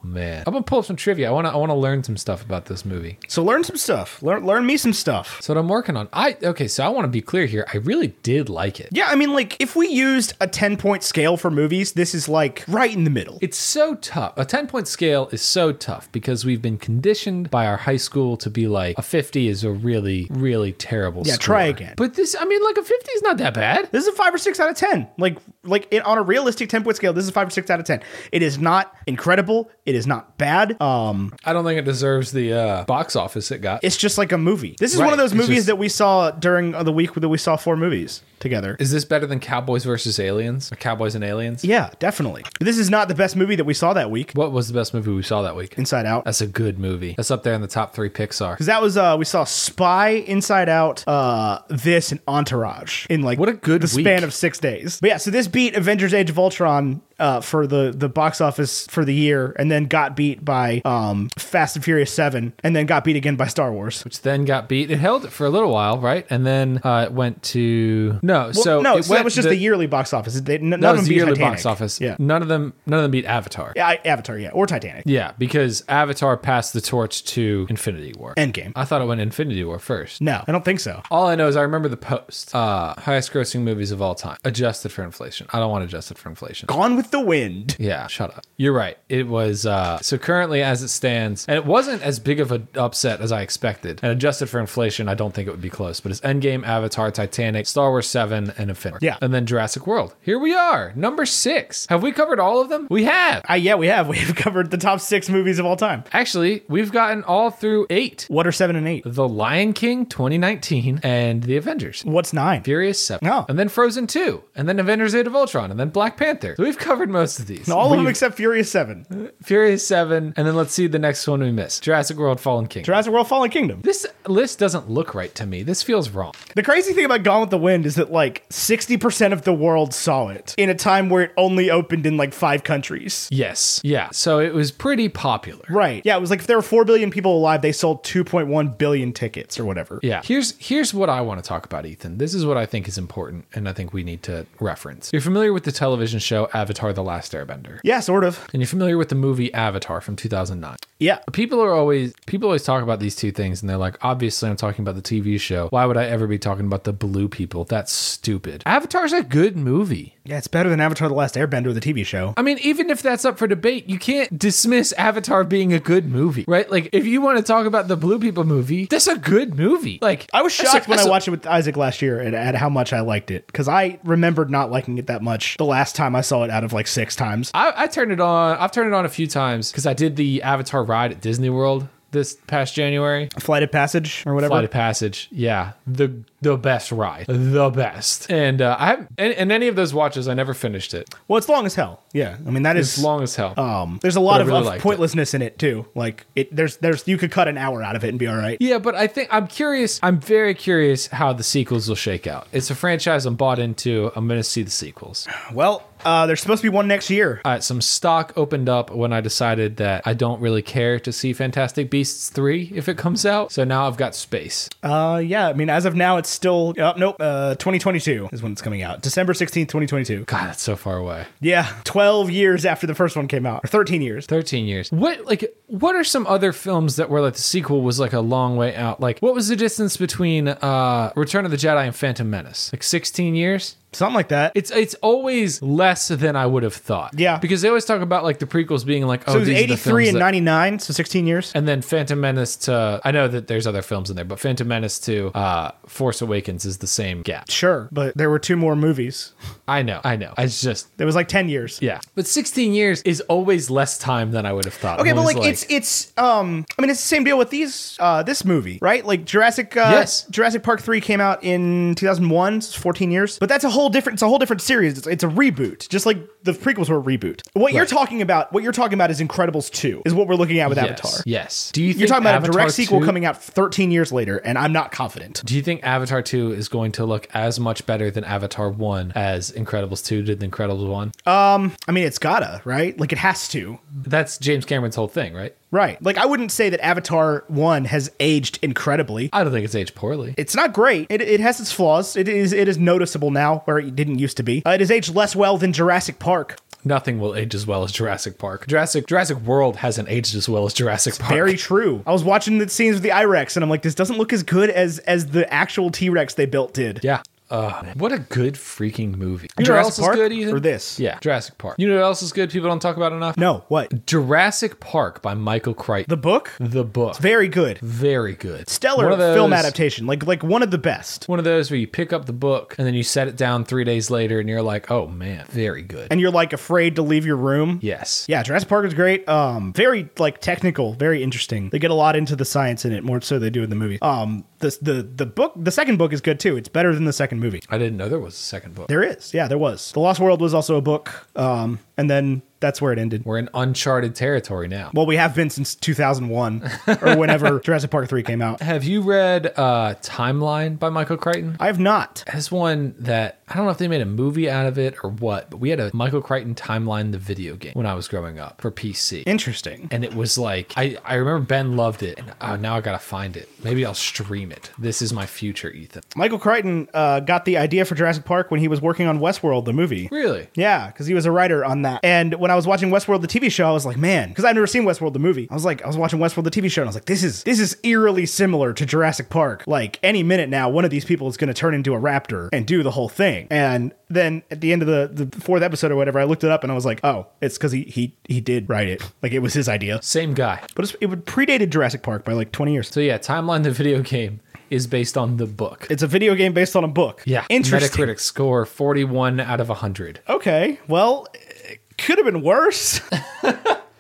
Speaker 2: Man, I'm gonna pull up some trivia. I wanna I wanna learn some stuff about this movie.
Speaker 3: so learn some stuff. Learn learn me some stuff.
Speaker 2: So what I'm working on. I okay. So I want to be clear here. I really did like it.
Speaker 3: Yeah, I mean like if we used a 10 point scale for movies, this is like right in the middle.
Speaker 2: It's so tough. A 10 point scale is so tough because we've been conditioned by our high school to be like a 50 is a really, really terrible
Speaker 3: Yeah,
Speaker 2: score.
Speaker 3: try again.
Speaker 2: But this, I mean, like a 50 is not that bad.
Speaker 3: This is a five or six out of ten. Like like in, on a realistic ten point scale, this is a five or six out of ten. It is not incredible. It is not bad. Um,
Speaker 2: I don't think it deserves the uh, box office it got.
Speaker 3: it's just like a movie. This is
Speaker 2: Right,
Speaker 3: one of those
Speaker 2: it's
Speaker 3: movies
Speaker 2: just-
Speaker 3: that we saw during the week that we saw four movies together.
Speaker 2: Is this better than Cowboys versus Aliens or Cowboys and Aliens?
Speaker 3: Yeah, definitely. This is not the best movie that we saw that week.
Speaker 2: What was the best movie we saw that week?
Speaker 3: Inside Out.
Speaker 2: That's a good movie. That's up there in the top three Pixar.
Speaker 3: Because that was uh we saw Spy, Inside Out, uh this and Entourage in like
Speaker 2: What a good
Speaker 3: the
Speaker 2: week.
Speaker 3: span of six days. But yeah, so this beat Avengers Age of Ultron uh for the the box office for the year and then got beat by um Fast and Furious Seven and then got beat again by Star Wars.
Speaker 2: which then got beat. It held it for a little while, right? And then uh, it went to no.
Speaker 3: Well,
Speaker 2: so
Speaker 3: no,
Speaker 2: it
Speaker 3: so that
Speaker 2: went
Speaker 3: was just
Speaker 2: the-
Speaker 3: the, yearly box office. They, n- none
Speaker 2: That
Speaker 3: of
Speaker 2: was
Speaker 3: them
Speaker 2: the
Speaker 3: beat
Speaker 2: yearly
Speaker 3: Titanic.
Speaker 2: box office.
Speaker 3: Yeah.
Speaker 2: None of them. None of them beat Avatar.
Speaker 3: yeah, I- Avatar, yeah, or Titanic.
Speaker 2: Yeah, because Avatar passed the torch to Infinity War.
Speaker 3: Endgame.
Speaker 2: I thought it went Infinity War first.
Speaker 3: No, Uh, I don't think so.
Speaker 2: All I know is I remember the post. Uh, highest grossing movies of all time, adjusted for inflation. I don't want adjusted for inflation.
Speaker 3: Gone with the Wind.
Speaker 2: Yeah, shut up. You're right. It was uh so currently as it stands, and it wasn't as big of an upset as I expected. And adjusted for inflation, I don't think it would be close. But it's Endgame, Avatar, Titanic, Star Wars Seven, and Infinity.
Speaker 3: Yeah.
Speaker 2: and then Jurassic World. Here we are, number six. Have we covered all of them? We have.
Speaker 3: Uh, yeah, we have. (laughs) We have covered the top six movies of all time.
Speaker 2: Actually, we've gotten all through eight.
Speaker 3: What are seven and eight?
Speaker 2: The Lion King 2019 and The Avengers.
Speaker 3: What's nine?
Speaker 2: Furious 7.
Speaker 3: Oh.
Speaker 2: And then Frozen 2. And then Avengers Age of Ultron. And then Black Panther. So we've covered most of these.
Speaker 3: All of them
Speaker 2: We've-
Speaker 3: except Furious Seven.
Speaker 2: Furious Seven, and then let's see the next one we missed: Jurassic World: Fallen Kingdom.
Speaker 3: Jurassic World Fallen Kingdom.
Speaker 2: this list doesn't look right to me. This feels wrong.
Speaker 3: The crazy thing about Gone with the Wind is that like 60% of the world saw it in a time where it only opened in like five countries.
Speaker 2: Yes, yeah. So it was pretty popular.
Speaker 3: Right. Yeah, it was like if there were 4 billion people alive, they sold 2.1 billion tickets or whatever.
Speaker 2: Yeah. Here's here's what I want to talk about, Ethan. This is what I think is important, and I think we need to reference. You're familiar with the television show Avatar: The Last Airbender,
Speaker 3: Yeah, sort of.
Speaker 2: and you're familiar with the movie Avatar from 2009.
Speaker 3: Yeah.
Speaker 2: People are always people always talk about these two things, and they're like, obviously, I'm talking about the TV show. Why would I ever be talking about the blue people? That's stupid. Avatar's a good movie.
Speaker 3: Yeah, it's better than Avatar The Last Airbender, the TV show.
Speaker 2: I mean, even if that's up for debate, you can't dismiss Avatar being a good movie, right? Like, if you want to talk about the Blue People movie, that's a good movie. Like,
Speaker 3: I was
Speaker 2: that's a-
Speaker 3: shocked when I
Speaker 2: that's a-
Speaker 3: watched it with Isaac last year at, at how much I liked it because I remembered not liking it that much the last time I saw it out of like six times.
Speaker 2: I, I turned it on. I've turned it on a few times because I did the Avatar ride at Disney World this past January.
Speaker 3: Flight of Passage or whatever.
Speaker 2: Flight of Passage. Yeah, the the best ride, the best. And uh, I haven't, and, and any of those watches, I never finished it.
Speaker 3: well, it's long as hell. Yeah, I mean that is
Speaker 2: It's long as hell.
Speaker 3: Um, there's a lot
Speaker 2: I
Speaker 3: of,
Speaker 2: really
Speaker 3: of
Speaker 2: liked it.
Speaker 3: pointlessness in it too. Like it, there's there's you could cut an hour out of it and be all right.
Speaker 2: yeah, but I think I'm curious. I'm very curious how the sequels will shake out. It's a franchise I'm bought into. I'm going to see the sequels.
Speaker 3: Well, uh, there's supposed to be one next year.
Speaker 2: All right, some stock opened up when I decided that I don't really care to see Fantastic Beasts 3 if it comes out. So now I've got space.
Speaker 3: Uh, yeah, I mean as of now it's still uh, nope. Uh, 2022 is when it's coming out. December 16th, 2022.
Speaker 2: God, that's so far away.
Speaker 3: Yeah, 12 years after the first one came out, or 13 years.
Speaker 2: 13 years. What like what are some other films that were like the sequel was like a long way out? Like what was the distance between uh Return of the Jedi and Phantom Menace? Like 16 years?
Speaker 3: Something like that.
Speaker 2: It's it's always less than I would have thought.
Speaker 3: Yeah.
Speaker 2: Because they always talk about like the prequels being like oh
Speaker 3: so it was
Speaker 2: these are the
Speaker 3: 83
Speaker 2: films
Speaker 3: and
Speaker 2: that-
Speaker 3: 99, so 16 years.
Speaker 2: and then Phantom Menace to I know that there's other films in there, but Phantom Menace to uh Force Awakens is the same gap.
Speaker 3: Sure, but there were two more movies.
Speaker 2: I know, I know. It's just
Speaker 3: It was like 10 years.
Speaker 2: yeah. But 16 years is always less time than I would have thought.
Speaker 3: Okay,
Speaker 2: I'm
Speaker 3: but
Speaker 2: always
Speaker 3: like, it's it's um I mean it's the same deal with these uh this movie, right? Like Jurassic uh
Speaker 2: Yes.
Speaker 3: Jurassic Park 3 came out in 2001, it's 14 years. But that's a whole different it's a whole different series. It's, it's a reboot. Just like the prequels were a reboot. What you're
Speaker 2: Right.
Speaker 3: talking about, what you're talking about is Incredibles 2 is what we're looking at with
Speaker 2: yes,
Speaker 3: Avatar.
Speaker 2: Yes. Do you
Speaker 3: You're
Speaker 2: think
Speaker 3: talking about a
Speaker 2: Avatar
Speaker 3: direct sequel
Speaker 2: 2
Speaker 3: coming out 13 years later and I'm not confident.
Speaker 2: Do you think Avatar 2 is going to look as much better than Avatar 1 as Incredibles 2 did than Incredibles 1?
Speaker 3: Uh, I mean it's got to, right? Like it has to.
Speaker 2: That's James Cameron's whole thing, right?
Speaker 3: Right. Like I wouldn't say that Avatar 1 has aged incredibly.
Speaker 2: I don't think it's aged poorly.
Speaker 3: It's not great. It, it has its flaws. It is it is noticeable now where it didn't used to be. Uh, it has aged less well than Jurassic Park.
Speaker 2: Nothing will age as well as Jurassic Park. Jurassic Jurassic World hasn't aged as well as Jurassic Park.
Speaker 3: Very true. I was watching the scenes with the Irex and I'm like, this doesn't look as good as as the actual T Rex they built did.
Speaker 2: yeah. Uh, what a good freaking movie. You
Speaker 3: Jurassic
Speaker 2: know what else
Speaker 3: Park
Speaker 2: is good, Ethan?
Speaker 3: or this?
Speaker 2: Yeah, Jurassic Park. You know what else is good people don't talk about enough?
Speaker 3: No, what
Speaker 2: Jurassic Park by Michael Crichton.
Speaker 3: the book?
Speaker 2: The book.
Speaker 3: Very good,
Speaker 2: Very good.
Speaker 3: stellar
Speaker 2: One of those-
Speaker 3: film adaptation. Like like one of the best.
Speaker 2: one of those where you pick up the book and then you set it down three days later and you're like, oh man, very good.
Speaker 3: And you're like afraid to leave your room.
Speaker 2: yes.
Speaker 3: Yeah, Jurassic Park is great. Um, very like technical, very interesting. They get a lot into the science in it more so they do in the movie. Um, the the the book, the second book is good too. It's better than the second movie.
Speaker 2: I didn't know there was a second book.
Speaker 3: There is, yeah, there was. The Lost World was also a book. Um, and then that's where it ended.
Speaker 2: We're in uncharted territory now.
Speaker 3: Well, we have been since 2001 or whenever Jurassic Park three came out.
Speaker 2: Have you read uh, Timeline by Michael Crichton?
Speaker 3: I have not.
Speaker 2: Has one that I don't know if they made a movie out of it or what, but we had a Michael Crichton Timeline the video game when I was growing up for PC.
Speaker 3: Interesting.
Speaker 2: and it was like I, I remember Ben loved it and oh, now I gotta find it. Maybe I'll stream it. This is my future, Ethan.
Speaker 3: Michael Crichton uh, got the idea for Jurassic Park when he was working on Westworld, the movie.
Speaker 2: Really?
Speaker 3: Yeah, because he was a writer on that. And when I was watching Westworld the TV show, I was like, man, because I've never seen Westworld the movie. I was like, I was watching Westworld the TV show, and I was like, this is this is eerily similar to Jurassic Park. Like any minute now, one of these people is going to turn into a raptor and do the whole thing. And then at the end of the, the fourth episode or whatever, I looked it up and I was like, oh, it's because he he he did write it. Like it was his idea.
Speaker 2: Same guy.
Speaker 3: But it's, it would predated Jurassic Park by like 20 years.
Speaker 2: So yeah, Timeline the video game is based on the book.
Speaker 3: It's a video game based on a book.
Speaker 2: yeah.
Speaker 3: interesting.
Speaker 2: Metacritic score 41 out of 100.
Speaker 3: Okay, well, it could have been worse. (laughs)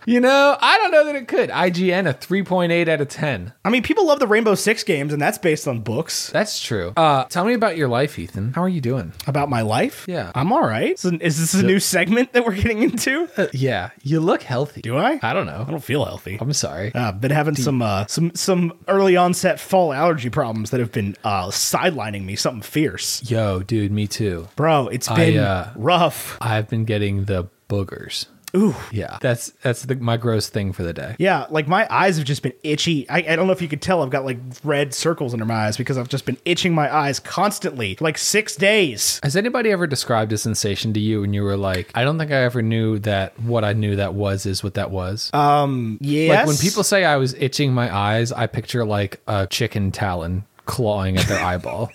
Speaker 2: You know, I don't know that it could. IGN a 3.8 out of 10.
Speaker 3: I mean, people love the Rainbow Six games, and that's based on books.
Speaker 2: That's true. Uh, tell me about your life, Ethan. How are you doing?
Speaker 3: About my life?
Speaker 2: Yeah.
Speaker 3: I'm all right. So is this a new segment that we're getting into?
Speaker 2: yeah, you look healthy.
Speaker 3: Do I?
Speaker 2: I don't know.
Speaker 3: don't feel healthy.
Speaker 2: I'm sorry.
Speaker 3: Uh, I've been having some uh, some some early onset fall allergy problems that have been uh, sidelining me something fierce,
Speaker 2: Yo, dude, me too.
Speaker 3: bro. It's been
Speaker 2: uh,
Speaker 3: rough.
Speaker 2: I've been getting the boogers.
Speaker 3: Ooh,
Speaker 2: Yeah, that's that's the, my gross thing for the day.
Speaker 3: yeah. Like my eyes have just been itchy. I, I don't know if you could tell. I've got like red circles under my eyes because I've just been itching my eyes constantly, for, like six days.
Speaker 2: Has anybody ever described a sensation to you and you were like, I don't think I ever knew that what I knew that was is what that was?
Speaker 3: Uh, Yes.
Speaker 2: like when people say I
Speaker 3: (laughs)
Speaker 2: was itching my eyes, I picture like a chicken talon clawing at their eyeball.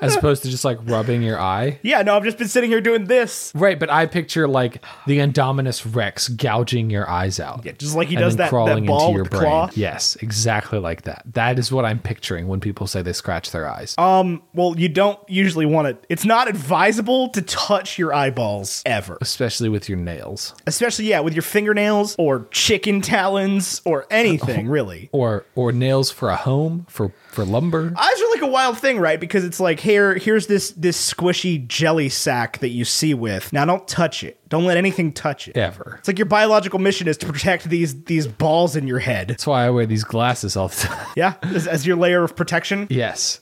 Speaker 2: as opposed to just like rubbing your eye.
Speaker 3: Yeah, no, I've just been sitting here doing this.
Speaker 2: Right, but I picture like the Indominus Rex gouging your eyes out.
Speaker 3: Yeah, just like he
Speaker 2: and
Speaker 3: does
Speaker 2: then
Speaker 3: that- that
Speaker 2: crawling
Speaker 3: ball
Speaker 2: into your
Speaker 3: with the
Speaker 2: brain.
Speaker 3: claw.
Speaker 2: Yes, exactly like that. That is what I'm picturing when people say they scratch their eyes.
Speaker 3: Um, well, you don't usually want to. It's not advisable to touch your eyeballs ever,
Speaker 2: Especially with your nails
Speaker 3: especially yeah, with your fingernails or chicken talons or anything really.
Speaker 2: or or nails for a home for for lumber.
Speaker 3: Eyes are like a wild thing, right? Because it's like here, here's this this squishy jelly sack that you see with. Now, don't touch it. Don't let anything touch it.
Speaker 2: Ever.
Speaker 3: It's like your biological mission is to protect these these balls in your head.
Speaker 2: That's why I wear these glasses all the time. (laughs)
Speaker 3: Yeah, as, as your layer of protection.
Speaker 2: yes.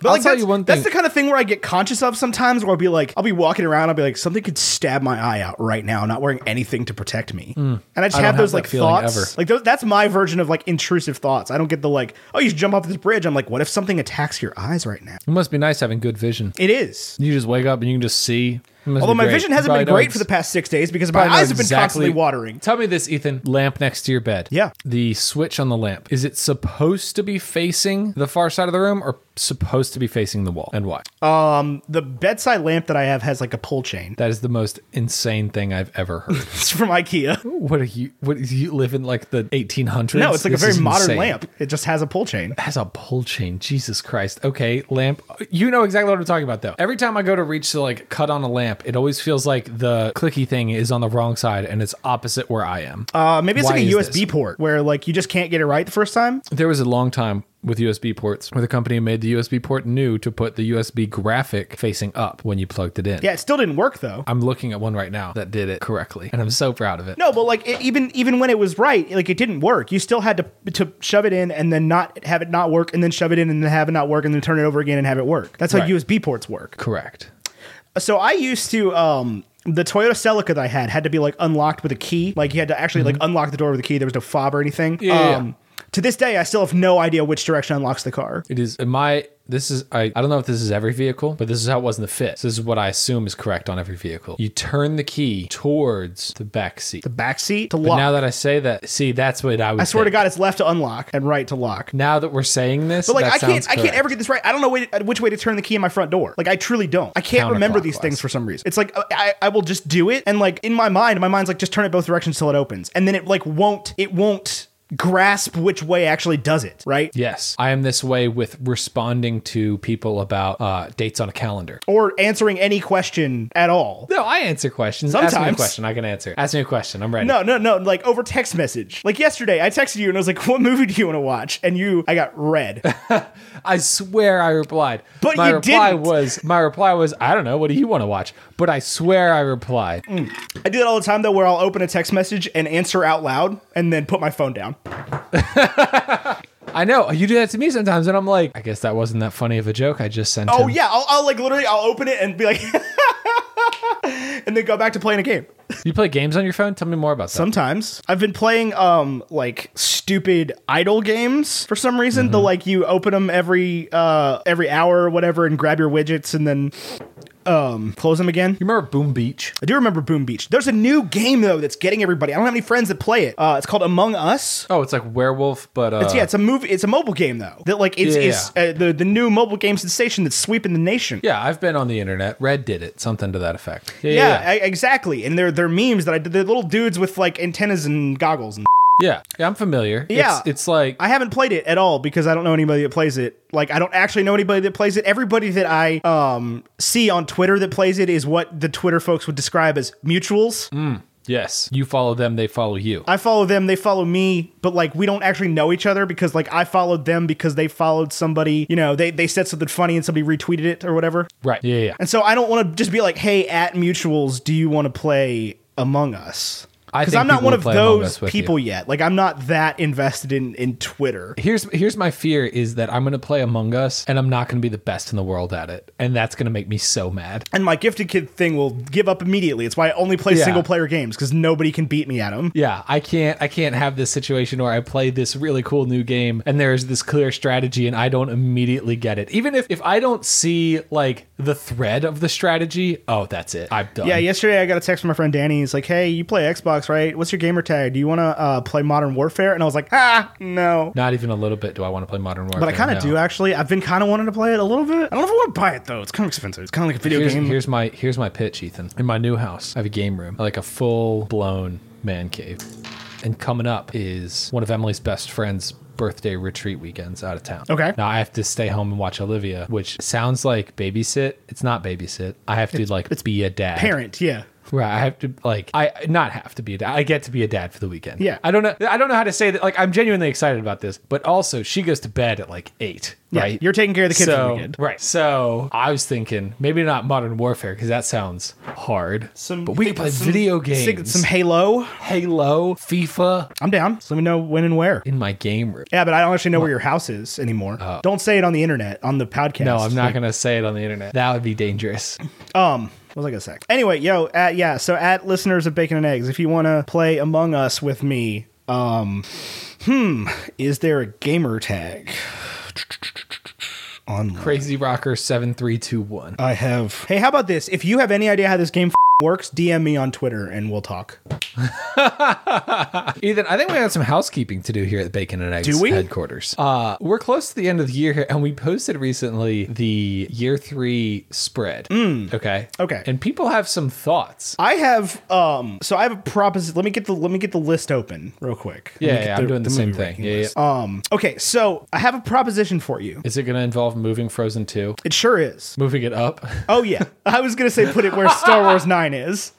Speaker 3: But
Speaker 2: I'll
Speaker 3: like,
Speaker 2: tell
Speaker 3: that's,
Speaker 2: you one
Speaker 3: That's
Speaker 2: thing.
Speaker 3: the kind of thing where I get conscious of sometimes, where I'll be like, I'll be walking around, I'll be like, something could stab my eye out right now, not wearing anything to protect me. And I just
Speaker 2: Hmm. I don't
Speaker 3: have those
Speaker 2: have that
Speaker 3: like
Speaker 2: feeling
Speaker 3: thoughts.
Speaker 2: ever.
Speaker 3: Like those, that's my version of like intrusive thoughts. I don't get the like, oh, you should jump off this bridge. I'm like, what if something attacks your eyes right now?
Speaker 2: It must be nice having good vision.
Speaker 3: It is.
Speaker 2: You just wake up and you can just see. It must
Speaker 3: Although
Speaker 2: be
Speaker 3: my
Speaker 2: great.
Speaker 3: vision
Speaker 2: You
Speaker 3: hasn't been
Speaker 2: probably know
Speaker 3: great
Speaker 2: ex-
Speaker 3: for the past six days because my
Speaker 2: probably know
Speaker 3: eyes have been
Speaker 2: exactly-
Speaker 3: constantly watering.
Speaker 2: Tell me this, Ethan. Lamp next to your bed.
Speaker 3: Yeah.
Speaker 2: The switch on the lamp. Is it supposed to be facing the far side of the room or supposed to be facing the wall? And why?
Speaker 3: Uh, The bedside lamp that I have has like a pull chain. (laughs)
Speaker 2: that is the most insane thing I've ever heard. (laughs)
Speaker 3: It's from IKEA.
Speaker 2: what are you? What do you live in like the 1800s?
Speaker 3: No, it's like
Speaker 2: This
Speaker 3: a
Speaker 2: is
Speaker 3: very modern
Speaker 2: insane.
Speaker 3: lamp. It just has a pull chain.
Speaker 2: has a pull chain. Jesus Christ. Okay, lamp. You know exactly what I'm talking about, though. Every time I go to reach to like cut on a lamp, it always feels like the clicky thing is on the wrong side and it's opposite where I am.
Speaker 3: Uh, maybe it's
Speaker 2: Why
Speaker 3: like a
Speaker 2: is
Speaker 3: USB
Speaker 2: this?
Speaker 3: port where like you just can't get it right the first time.
Speaker 2: there was a long time with USB ports where the company made the USB port new to put the USB graphic facing up when you plugged it in.
Speaker 3: Yeah, it still didn't work though.
Speaker 2: I'm looking at one right now that did it correctly, and I'm so proud of it.
Speaker 3: No, but like it, even even when it was right, like it didn't work. You still had to to shove it in and then not have it not work, and then shove it in and then have it not work, and then turn it over again and have it work. That's how
Speaker 2: Right.
Speaker 3: USB ports work.
Speaker 2: Correct.
Speaker 3: So I used to um the Toyota Celica that I had had to be like unlocked with a key. Like you had to actually like unlock the door with a key. There was no fob or anything.
Speaker 2: Mm-hmm. Yeah, yeah, yeah.
Speaker 3: um, To this day, I still have no idea which direction unlocks the car.
Speaker 2: It is in my. This is I, I don't know if this is every vehicle, but this is how it was in the fit. So this is what I assume is correct on every vehicle. You turn the key towards the back seat.
Speaker 3: The back seat to
Speaker 2: But
Speaker 3: lock.
Speaker 2: now that I say that, see, that's what I would.
Speaker 3: I swear to God, it's left to unlock and right to lock.
Speaker 2: Now that we're saying this,
Speaker 3: But like
Speaker 2: that
Speaker 3: I can't,
Speaker 2: sounds
Speaker 3: I can't
Speaker 2: correct.
Speaker 3: ever get this right. I don't know way, which way to turn the key in my front door. Like I truly don't. I can't remember these
Speaker 2: Counterclockwise.
Speaker 3: things for some reason. It's like I, I I will just do it, and like in my mind, my mind's like just turn it both directions till it opens, and then it like won't, it won't grasp which way actually does it. Right.
Speaker 2: Yes, I am this way with responding to people about uh, dates on a calendar.
Speaker 3: Or answering any question at all.
Speaker 2: No, I answer questions. Ask me a
Speaker 3: Sometimes.
Speaker 2: question. I can answer. Ask me a question. I'm ready.
Speaker 3: No, no, no. Like over text message. Like yesterday, I texted you and I was like, "What movie do you want to watch?" And you, I got
Speaker 2: (laughs)
Speaker 3: red.
Speaker 2: I swear I replied.
Speaker 3: But
Speaker 2: my
Speaker 3: you
Speaker 2: reply
Speaker 3: didn't.
Speaker 2: was my reply was I don't know. What do you want to watch? But I swear I replied.
Speaker 3: Mm. I do that all the time though, where I'll open a text message and answer out loud, and then put my phone down.
Speaker 2: I know you do that to me sometimes, and I'm like, I guess that wasn't that funny of a joke I just sent.
Speaker 3: Oh
Speaker 2: him.
Speaker 3: yeah, I'll, I'll like literally I'll open it and be like, (laughs) and then go back to playing a game.
Speaker 2: You play games on your phone? Tell me more about that.
Speaker 3: Sometimes I've been playing um like stupid idle games for some reason.
Speaker 2: Mm-hmm.
Speaker 3: The like you open them every uh every hour or whatever and grab your widgets and then um close them again.
Speaker 2: you remember Boom Beach?
Speaker 3: I do remember Boom Beach. There's a new game though that's getting everybody. I don't have any friends that play it. Uh, it's called Among Us.
Speaker 2: Oh, it's like werewolf, but uh,
Speaker 3: It's, yeah, it's a movie. It's a mobile game though. That like it's,
Speaker 2: Yeah,
Speaker 3: it's Uh, the the new mobile game sensation that's sweeping the nation.
Speaker 2: Yeah, I've been on the internet. Red did it, something to that effect. Yeah,
Speaker 3: Yeah,
Speaker 2: yeah, yeah.
Speaker 3: e- exactly. And they're they're memes that I did. They're little dudes with like antennas and goggles. And
Speaker 2: yeah. Yeah, I'm familiar.
Speaker 3: Yeah.
Speaker 2: it's, it's like
Speaker 3: I haven't played it at all because I don't know anybody that plays it. Like I don't actually know anybody that plays it. Everybody that I um see on Twitter that plays it is what the Twitter folks would describe as mutuals.
Speaker 2: yes, you follow them, they follow you.
Speaker 3: I follow them, they follow me, but like we don't actually know each other because like I followed them because they followed somebody. You know, they they said something funny and somebody retweeted it or whatever.
Speaker 2: right? Yeah, yeah. yeah.
Speaker 3: And so I don't want to just be like, hey, at mutuals, do you want to play Among Us?
Speaker 2: I
Speaker 3: Because
Speaker 2: think
Speaker 3: I'm not
Speaker 2: people
Speaker 3: one
Speaker 2: would
Speaker 3: of
Speaker 2: play Among
Speaker 3: those
Speaker 2: Us with
Speaker 3: people yet. Like I'm not that invested in in Twitter.
Speaker 2: Here's here's my fear is that I'm gonna play Among Us and I'm not gonna be the best in the world at it, and that's gonna make me so mad.
Speaker 3: And my gifted kid thing will give up immediately. It's why I only play
Speaker 2: Yeah.
Speaker 3: single player games because nobody can beat me at them.
Speaker 2: Yeah, I can't I can't have this situation where I play this really cool new game and there's this clear strategy and I don't immediately get it. Even if if I don't see like the thread of the strategy, oh that's it. I'm done.
Speaker 3: Yeah, yesterday I got a text from my friend Danny. He's like, "Hey, you play Xbox Alex, right? What's your gamer tag? Do you want to uh, play Modern Warfare? And I was like, ah, no.
Speaker 2: Not even a little bit do I want to play Modern Warfare.
Speaker 3: But I kind
Speaker 2: no.
Speaker 3: of do actually. I've been kind of wanting to play it a little bit. I don't know if I want to buy it though. It's kind of expensive. It's kind of like a video
Speaker 2: Here's,
Speaker 3: game.
Speaker 2: here's my here's my pitch, Ethan. In my new house, I have a game room, like a full blown man cave. And coming up is one of Emily's best friends' birthday retreat weekends out of town.
Speaker 3: Okay.
Speaker 2: Now I have to stay home and watch Olivia, which sounds like babysit. It's not babysit. I have to like be a dad.
Speaker 3: Parent, yeah.
Speaker 2: Right. I have to like I not have to be a dad. I get to be a dad for the weekend.
Speaker 3: Yeah.
Speaker 2: I don't know. I don't know how to say that. Like I'm genuinely excited about this, but also she goes to bed at like eight.
Speaker 3: Yeah,
Speaker 2: right.
Speaker 3: you're taking care of the kids for the
Speaker 2: So-
Speaker 3: weekend.
Speaker 2: Right. So I was thinking maybe not Modern Warfare because that sounds hard. but we can play
Speaker 3: some-
Speaker 2: video
Speaker 3: sig-
Speaker 2: games.
Speaker 3: Some Halo.
Speaker 2: Halo, FIFA
Speaker 3: I'm down. Just let me know when and where.
Speaker 2: in my game room.
Speaker 3: Yeah, but I don't actually
Speaker 2: Oh.
Speaker 3: know where your house is anymore. don't say it on the internet on the podcast.
Speaker 2: No, I'm not gonna say it on the internet. That would be
Speaker 3: (laughs)
Speaker 2: dangerous.
Speaker 3: Um, what was I gonna say? Anyway, yo, at yeah, so at listeners of Bacon and Eggs, if you want to play Among Us with me, um, hmm, is there a gamer tag online?
Speaker 2: Crazy Rocker seven three two one.
Speaker 3: I have. Hey, how about this? If you have any idea how this game f- works, DM me on Twitter and we'll talk.
Speaker 2: Ethan, I think we have some housekeeping to do here at Bacon and Eggs
Speaker 3: Do we?
Speaker 2: headquarters. Uh, we're close to the end of the year here, and we posted recently the year three spread. Okay.
Speaker 3: Mm. Okay.
Speaker 2: And people have some thoughts.
Speaker 3: I have um so I have a proposition. Let me get the let me get the list open real quick. Let me
Speaker 2: Yeah,
Speaker 3: get
Speaker 2: yeah, I'm doing the same
Speaker 3: movie
Speaker 2: thing.
Speaker 3: ranking
Speaker 2: Yeah, yeah.
Speaker 3: list. Um okay, so I have a proposition for you.
Speaker 2: Is it going to involve moving Frozen 2?
Speaker 3: It sure is.
Speaker 2: Moving it up? (laughs)
Speaker 3: Oh yeah. I was going to say put it where Star Wars 9 is.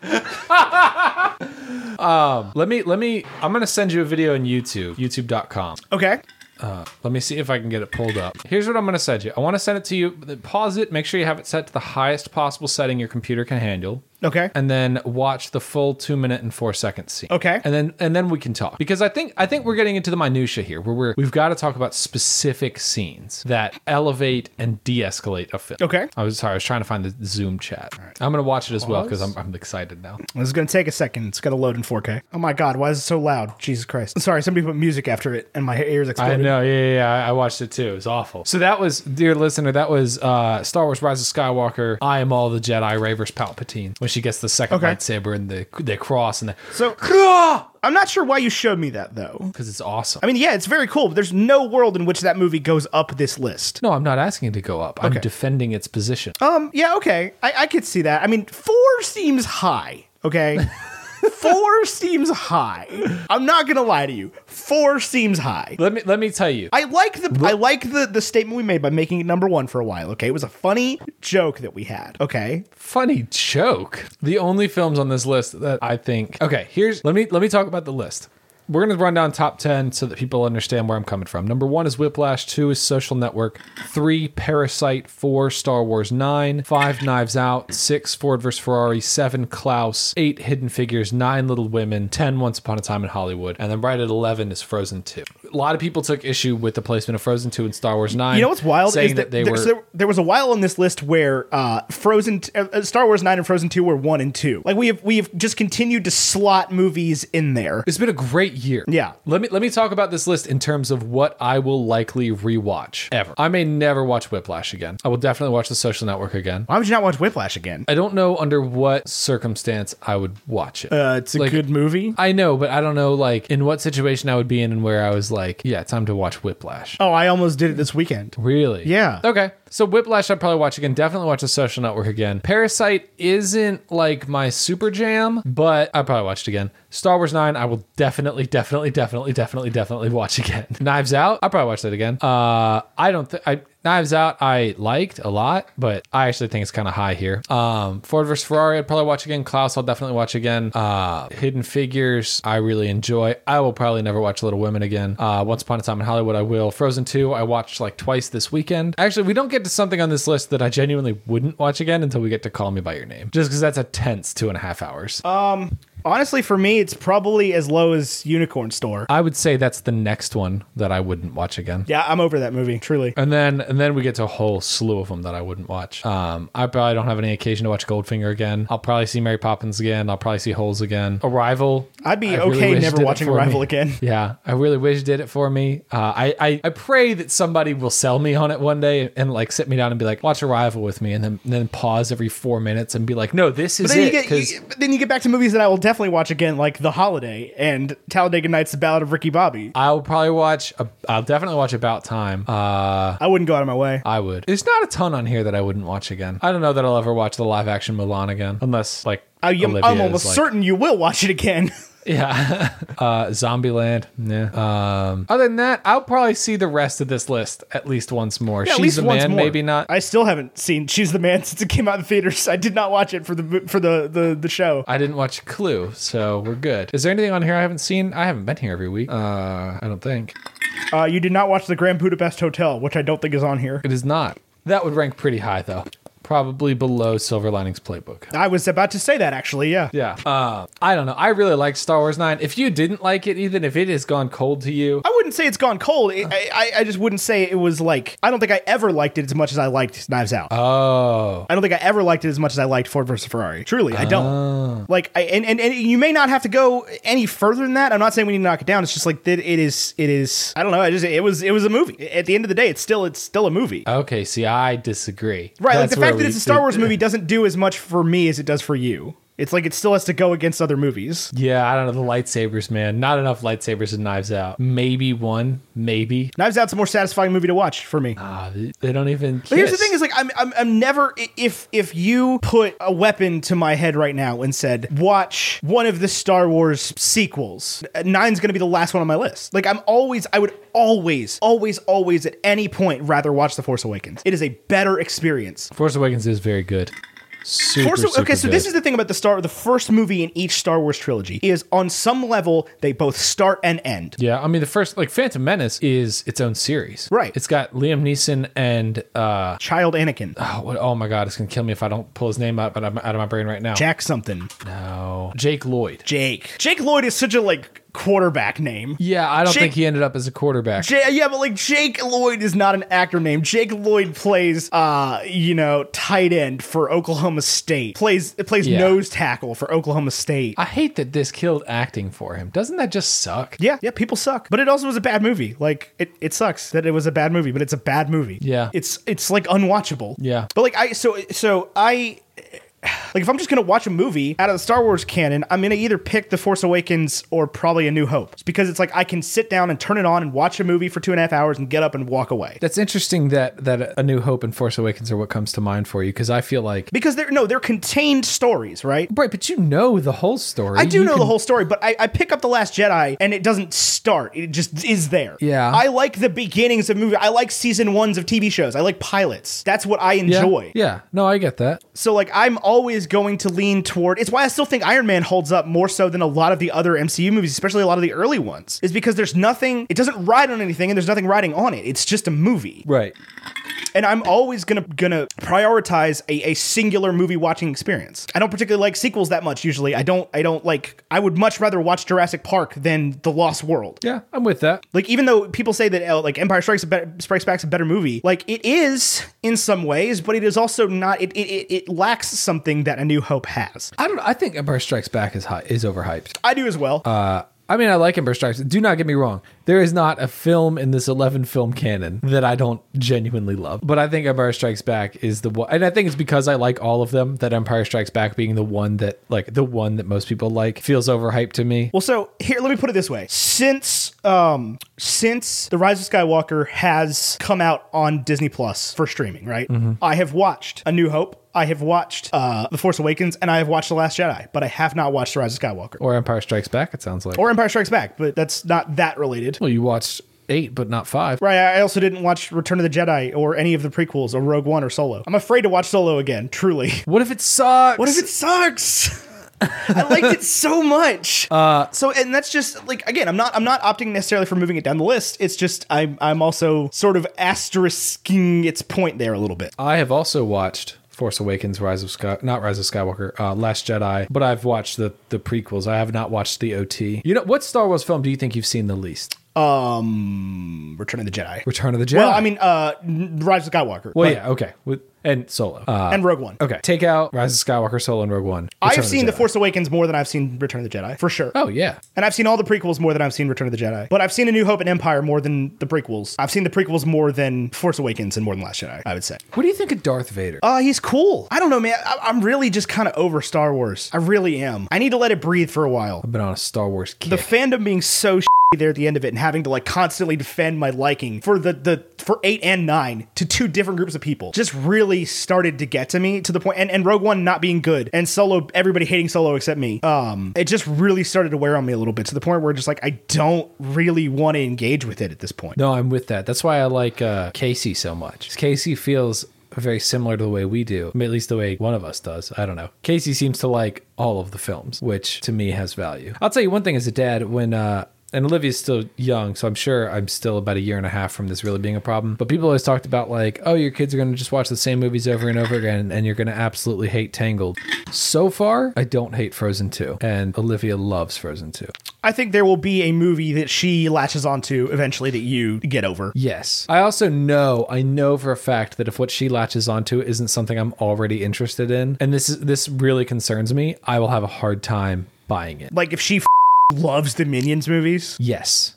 Speaker 2: let me, let me, I'm going to send you a video on YouTube, youtube.com.
Speaker 3: Okay.
Speaker 2: Let me see if I can get it pulled up. Here's what I'm going to send you. I want to send it to you. Pause it. Make sure you have it set to the highest possible setting your computer can handle.
Speaker 3: Okay.
Speaker 2: and then watch the full two minute and four second scene.
Speaker 3: Okay.
Speaker 2: And then and then we can talk because I think I think we're getting into the minutia here where we're we've got to talk about specific scenes that elevate and de escalate a film.
Speaker 3: Okay.
Speaker 2: I was sorry. I was trying to find the Zoom chat. I'm gonna watch it as well because I'm, I'm excited now.
Speaker 3: This is going to take a second. It's going to load in 4K. Oh my god, why is it so loud? Jesus Christ. I'm sorry, somebody put music after it and my ears
Speaker 2: I
Speaker 3: exploded.
Speaker 2: know, yeah, yeah, yeah. I- I watched it too. It was awful. So that was, dear listener, that was uh, Star Wars: Rise of Skywalker. I am all the Jedi. Ravers Palpatine when she gets the second
Speaker 3: Okay.
Speaker 2: lightsaber and the the cross and the (laughs)
Speaker 3: So I'm not sure why you showed me that though.
Speaker 2: because it's awesome.
Speaker 3: I mean, yeah, it's very cool, but there's no world in which that movie goes up this list.
Speaker 2: No, I'm not asking it to go up. I'm defending its position.
Speaker 3: Um, yeah, okay. I, I could see that. I mean, four seems high, okay? four seems high. I'm not gonna lie to you. Four seems high.
Speaker 2: Let me let me tell you.
Speaker 3: I like the I like the the statement we made by making it number one for a while, okay? It was a funny joke that we had. Okay.
Speaker 2: Funny joke. The only films on this list that I think Okay, here's let me let me talk about the list. We're gonna run down top ten so that people understand where I'm coming from. Number one is Whiplash, two is Social Network, three Parasite, four Star Wars nine, five Knives Out, six Ford vs Ferrari, seven Klaus, eight Hidden Figures, nine Little Women, ten Once Upon a Time in Hollywood, and then right at eleven is Frozen two. A lot of people took issue with the placement of Frozen two and Star Wars nine.
Speaker 3: You know what's wild
Speaker 2: saying
Speaker 3: is
Speaker 2: that, they
Speaker 3: there,
Speaker 2: were
Speaker 3: so there, there was a while on this list where uh, Frozen, t- uh, uh, Star Wars nine and Frozen two were one and two. Like we have we have just continued to slot movies in there.
Speaker 2: It's been a great year.
Speaker 3: Yeah.
Speaker 2: Let me let me talk about this list in terms of what I will likely rewatch ever. I may never watch Whiplash again. I will definitely watch The Social Network again.
Speaker 3: Why would you not watch Whiplash again?
Speaker 2: I don't know under what circumstance I would watch it.
Speaker 3: Uh, it's a
Speaker 2: Like-
Speaker 3: good movie.
Speaker 2: I know, but I don't know like in what situation I would be in and where I was like, yeah, time to watch Whiplash.
Speaker 3: Oh, I almost did it this weekend.
Speaker 2: Really?
Speaker 3: Yeah.
Speaker 2: Okay. So Whiplash, I'd probably watch again. Definitely watch The Social Network again. Parasite isn't like my super jam, but I probably watched again. Star Wars 9, I will definitely, definitely, definitely, definitely, definitely watch again. (laughs) Knives Out, I probably watch that again. Uh, I don't think I. Knives Out, I liked a lot, but I actually think it's kind of high here. Um, Ford vs Ferrari, I'd probably watch again. Klaus, I'll definitely watch again. Uh, Hidden Figures, I really enjoy. I will probably never watch Little Women again. Uh, Once Upon a Time in Hollywood, I will. Frozen 2, I watched like twice this weekend. Actually, we don't get to something on this list that I genuinely wouldn't watch again until we get to Call Me By Your Name, just because that's a tense two and a half hours.
Speaker 3: Honestly, for me, it's probably as low as Unicorn Store.
Speaker 2: I would say that's the next one that I wouldn't watch again.
Speaker 3: Yeah, I'm over that movie, truly.
Speaker 2: And then and then we get to a whole slew of them that I wouldn't watch. Um, I probably don't have any occasion to watch Goldfinger again. I'll probably see Mary Poppins again. I'll probably see Holes again. Arrival.
Speaker 3: I'd be
Speaker 2: I really
Speaker 3: okay
Speaker 2: wish
Speaker 3: never
Speaker 2: did it
Speaker 3: watching
Speaker 2: for
Speaker 3: Arrival
Speaker 2: me.
Speaker 3: again.
Speaker 2: Yeah, I really wish it did it for me. Uh, I, I I pray that somebody will sell me on it one day and like sit me down and be like, watch Arrival with me, and then and then pause every four minutes and be like, no, this is
Speaker 3: Then you
Speaker 2: it.
Speaker 3: get
Speaker 2: 'cause-
Speaker 3: you, then you get back to movies that I will definitely watch again like The Holiday and Talladega Nights: The Ballad of Ricky Bobby.
Speaker 2: I'll probably watch. A, I'll definitely watch About Time. Uh,
Speaker 3: I wouldn't go out of my way.
Speaker 2: I would. There's not a ton on here that I wouldn't watch again. I don't know that I'll ever watch the live action Milan again, unless like
Speaker 3: I, am
Speaker 2: Olivia is,
Speaker 3: almost
Speaker 2: like-
Speaker 3: certain you will watch it again. (laughs)
Speaker 2: Yeah. (laughs) uh, Zombieland. Yeah. Um, other than that, I'll probably see the rest of this list at least once more.
Speaker 3: at
Speaker 2: She's
Speaker 3: least
Speaker 2: a
Speaker 3: once
Speaker 2: man,
Speaker 3: more.
Speaker 2: maybe not.
Speaker 3: I still haven't seen She's the Man (laughs) since it came out in theaters. I did not watch it for the for the the, the show.
Speaker 2: I didn't watch Clue, so we're good. Is there anything on here I haven't seen? I haven't been here every week. Uh, I don't think
Speaker 3: Uh, you did not watch The Grand Budapest Hotel, which I don't think is on here.
Speaker 2: it is not. That would rank pretty high though, probably below Silver Linings Playbook.
Speaker 3: I was about to say that actually. Yeah.
Speaker 2: Yeah, uh, I don't know. I really liked Star Wars Nine. If you didn't like it, even if it has gone cold to you,
Speaker 3: I wouldn't say it's gone cold. It, I, I- I just wouldn't say it was like. I don't think I ever liked it as much as I liked Knives Out.
Speaker 2: oh,
Speaker 3: I don't think I ever liked it as much as I liked Ford versus Ferrari. Truly, I
Speaker 2: Oh.
Speaker 3: don't. Like, I, and, and and you may not have to go any further than that. I'm not saying we need to knock it down. It's just like that. It is. It is. I don't know. I just. It was. It was a movie. At the end of the day, it's still. It's still a movie.
Speaker 2: okay. See, I disagree.
Speaker 3: Right,
Speaker 2: Uh, That's
Speaker 3: like the fact
Speaker 2: where
Speaker 3: that
Speaker 2: we-
Speaker 3: it's a Star
Speaker 2: (laughs)
Speaker 3: Wars movie doesn't do as much for me as it does for you. It's like it still has to go against other movies.
Speaker 2: Yeah, I don't know the lightsabers, man. Not enough lightsabers and Knives Out. Maybe one, maybe.
Speaker 3: Knives Out's a more satisfying movie to watch for me.
Speaker 2: Ah, they- they don't even.
Speaker 3: But here's the
Speaker 2: kiss.
Speaker 3: thing: is like I'm, I'm, I'm never i- if if you put a weapon to my head right now and said, "Watch one of the Star Wars sequels," uh, nine's gonna be the last one on my list. Like I'm always, I would always, always, always at any point rather watch The Force Awakens. It is a better experience.
Speaker 2: Force Awakens is very good. Super,
Speaker 3: Force,
Speaker 2: super
Speaker 3: okay, so this
Speaker 2: good.
Speaker 3: is the thing about the Star, the first movie in each Star Wars trilogy is on some level they both start and end.
Speaker 2: Yeah, I mean the first like Phantom Menace is its own series.
Speaker 3: Right.
Speaker 2: It's got Liam Neeson and uh
Speaker 3: Child Anakin,
Speaker 2: oh, what, oh my god, it's gonna kill me if I don't pull his name up, but I'm out of my brain right now.
Speaker 3: Jack something,
Speaker 2: no. Jake Lloyd.
Speaker 3: Jake. Jake Lloyd is such a like quarterback name.
Speaker 2: Yeah, I don't
Speaker 3: Jake-
Speaker 2: think he ended up as a quarterback.
Speaker 3: Ja- yeah, but like Jake Lloyd is not an actor name. Jake Lloyd plays, uh, you know, tight end for Oklahoma State. Plays plays
Speaker 2: Yeah.
Speaker 3: nose tackle for Oklahoma State.
Speaker 2: I hate that this killed acting for him. Doesn't that just suck?
Speaker 3: yeah, yeah, people suck. But it also was a bad movie. Like it, it sucks that it was a bad movie, but it's a bad movie.
Speaker 2: Yeah.
Speaker 3: It's it's like unwatchable.
Speaker 2: Yeah.
Speaker 3: But like I so so I like if I'm just gonna watch a movie out of the Star Wars canon, I'm gonna either pick The Force Awakens or probably A New Hope. It's because it's like I can sit down and turn it on and watch a movie for two and a half hours and get up and walk away.
Speaker 2: That's interesting that that A New Hope and Force Awakens are what comes to mind for you because I feel like
Speaker 3: because they're no they're contained stories right
Speaker 2: right, but you know the whole story.
Speaker 3: i do
Speaker 2: You
Speaker 3: know
Speaker 2: can-
Speaker 3: the whole story but I, I pick up the last jedi and it doesn't start it just is there
Speaker 2: Yeah.
Speaker 3: i like the beginnings of movies i like season ones of tv shows i like pilots that's what i
Speaker 2: yeah,
Speaker 3: enjoy
Speaker 2: Yeah, no, I get that.
Speaker 3: so like i'm always going to lean toward it's why i still think iron man holds up more so than a lot of the other mcu movies especially a lot of the early ones is because there's nothing it doesn't ride on anything and there's nothing riding on it it's just a movie
Speaker 2: Right.
Speaker 3: and I'm always gonna gonna prioritize a, a singular movie watching experience. I don't particularly like sequels that much usually. I don't I don't like I would much rather watch Jurassic Park than The Lost World.
Speaker 2: Yeah, I'm with that.
Speaker 3: Like even though people say that uh, like Empire Strikes, a better, Strikes Back's a better movie, like it is in some ways, but it is also not. It it, it it lacks something that A New Hope has.
Speaker 2: I don't. I think Empire Strikes Back is high, is overhyped.
Speaker 3: I do as well.
Speaker 2: Uh, I mean, I like Empire Strikes. Do not get me wrong. There is not a film in this eleven film canon that I don't genuinely love. But I think Empire Strikes Back is the one, and I think it's because I like all of them that Empire Strikes Back being the one that like the one that most people like feels overhyped to me.
Speaker 3: Well, so here, let me put it this way: since um, since the Rise of Skywalker has come out on Disney Plus for streaming, right? I have watched A New Hope, I have watched uh, The Force Awakens, and I have watched The Last Jedi, but I have not watched The Rise of Skywalker
Speaker 2: Or Empire Strikes Back. It sounds like.
Speaker 3: or Empire Strikes Back. But that's not that related.
Speaker 2: well, you watched eight, but not five.
Speaker 3: Right, I also didn't watch Return of the Jedi or any of the prequels or Rogue One or Solo. I'm afraid to watch Solo again, truly. (laughs)
Speaker 2: What if it sucks?
Speaker 3: What if it sucks? (laughs) I liked it so much. Uh, so, and that's just like again, I'm not I'm not opting necessarily for moving it down the list. It's just I'm I'm also sort of asterisking its point there a little bit.
Speaker 2: I have also watched Force Awakens, Rise of Sky, not Rise of Skywalker, uh, Last Jedi, but I've watched the the prequels. I have not watched the OT. You know, what Star Wars film do you think you've seen the least?
Speaker 3: Um, Return of the Jedi.
Speaker 2: Return of the Jedi.
Speaker 3: Well, I mean, uh, Rise of Skywalker.
Speaker 2: well,
Speaker 3: but-
Speaker 2: yeah, okay, With, and Solo. Uh,
Speaker 3: and Rogue One.
Speaker 2: okay, take out Rise of Skywalker, Solo, and Rogue One. Return
Speaker 3: I've
Speaker 2: of
Speaker 3: seen the,
Speaker 2: Jedi.
Speaker 3: Force Awakens more than I've seen Return of the Jedi, for sure.
Speaker 2: Oh yeah,
Speaker 3: And I've seen all the prequels more than I've seen Return of the Jedi. But I've seen A New Hope and Empire more than the prequels. I've seen the prequels more than Force Awakens and more than Last Jedi, I would say.
Speaker 2: what do you think of Darth Vader?
Speaker 3: Uh, he's cool. I don't know, man. I- I'm really just kind of over Star Wars. I really am. I need to let it breathe for a while.
Speaker 2: I've been on a Star Wars kick.
Speaker 3: The fandom being so shitty there at the end of it and having to like constantly defend my liking for the the for eight and nine to two different groups of people just really started to get to me to the point and, and Rogue One not being good and Solo everybody hating Solo except me. Um it just really started to wear on me a little bit to the point where just like I don't really want to engage with it at this point.
Speaker 2: no, I'm with that. That's why I like uh, Casey so much. Casey feels very similar to the way we do, I mean, at least the way one of us does. I don't know. Casey seems to like all of the films, which to me has value. I'll tell you one thing as a dad when. Uh, and Olivia's still young, so I'm sure I'm still about a year and a half from this really being a problem. But people always talked about like, oh, your kids are going to just watch the same movies over and over again, and you're going to absolutely hate Tangled. So far, I don't hate Frozen 2, and Olivia loves Frozen 2.
Speaker 3: I think there will be a movie that she latches onto eventually that you get over.
Speaker 2: Yes. I also know, I know for a fact that if what she latches onto isn't something I'm already interested in, and this is this really concerns me, I will have a hard time buying it.
Speaker 3: Like if she f- loves the Minions movies. (laughs)
Speaker 2: Yes.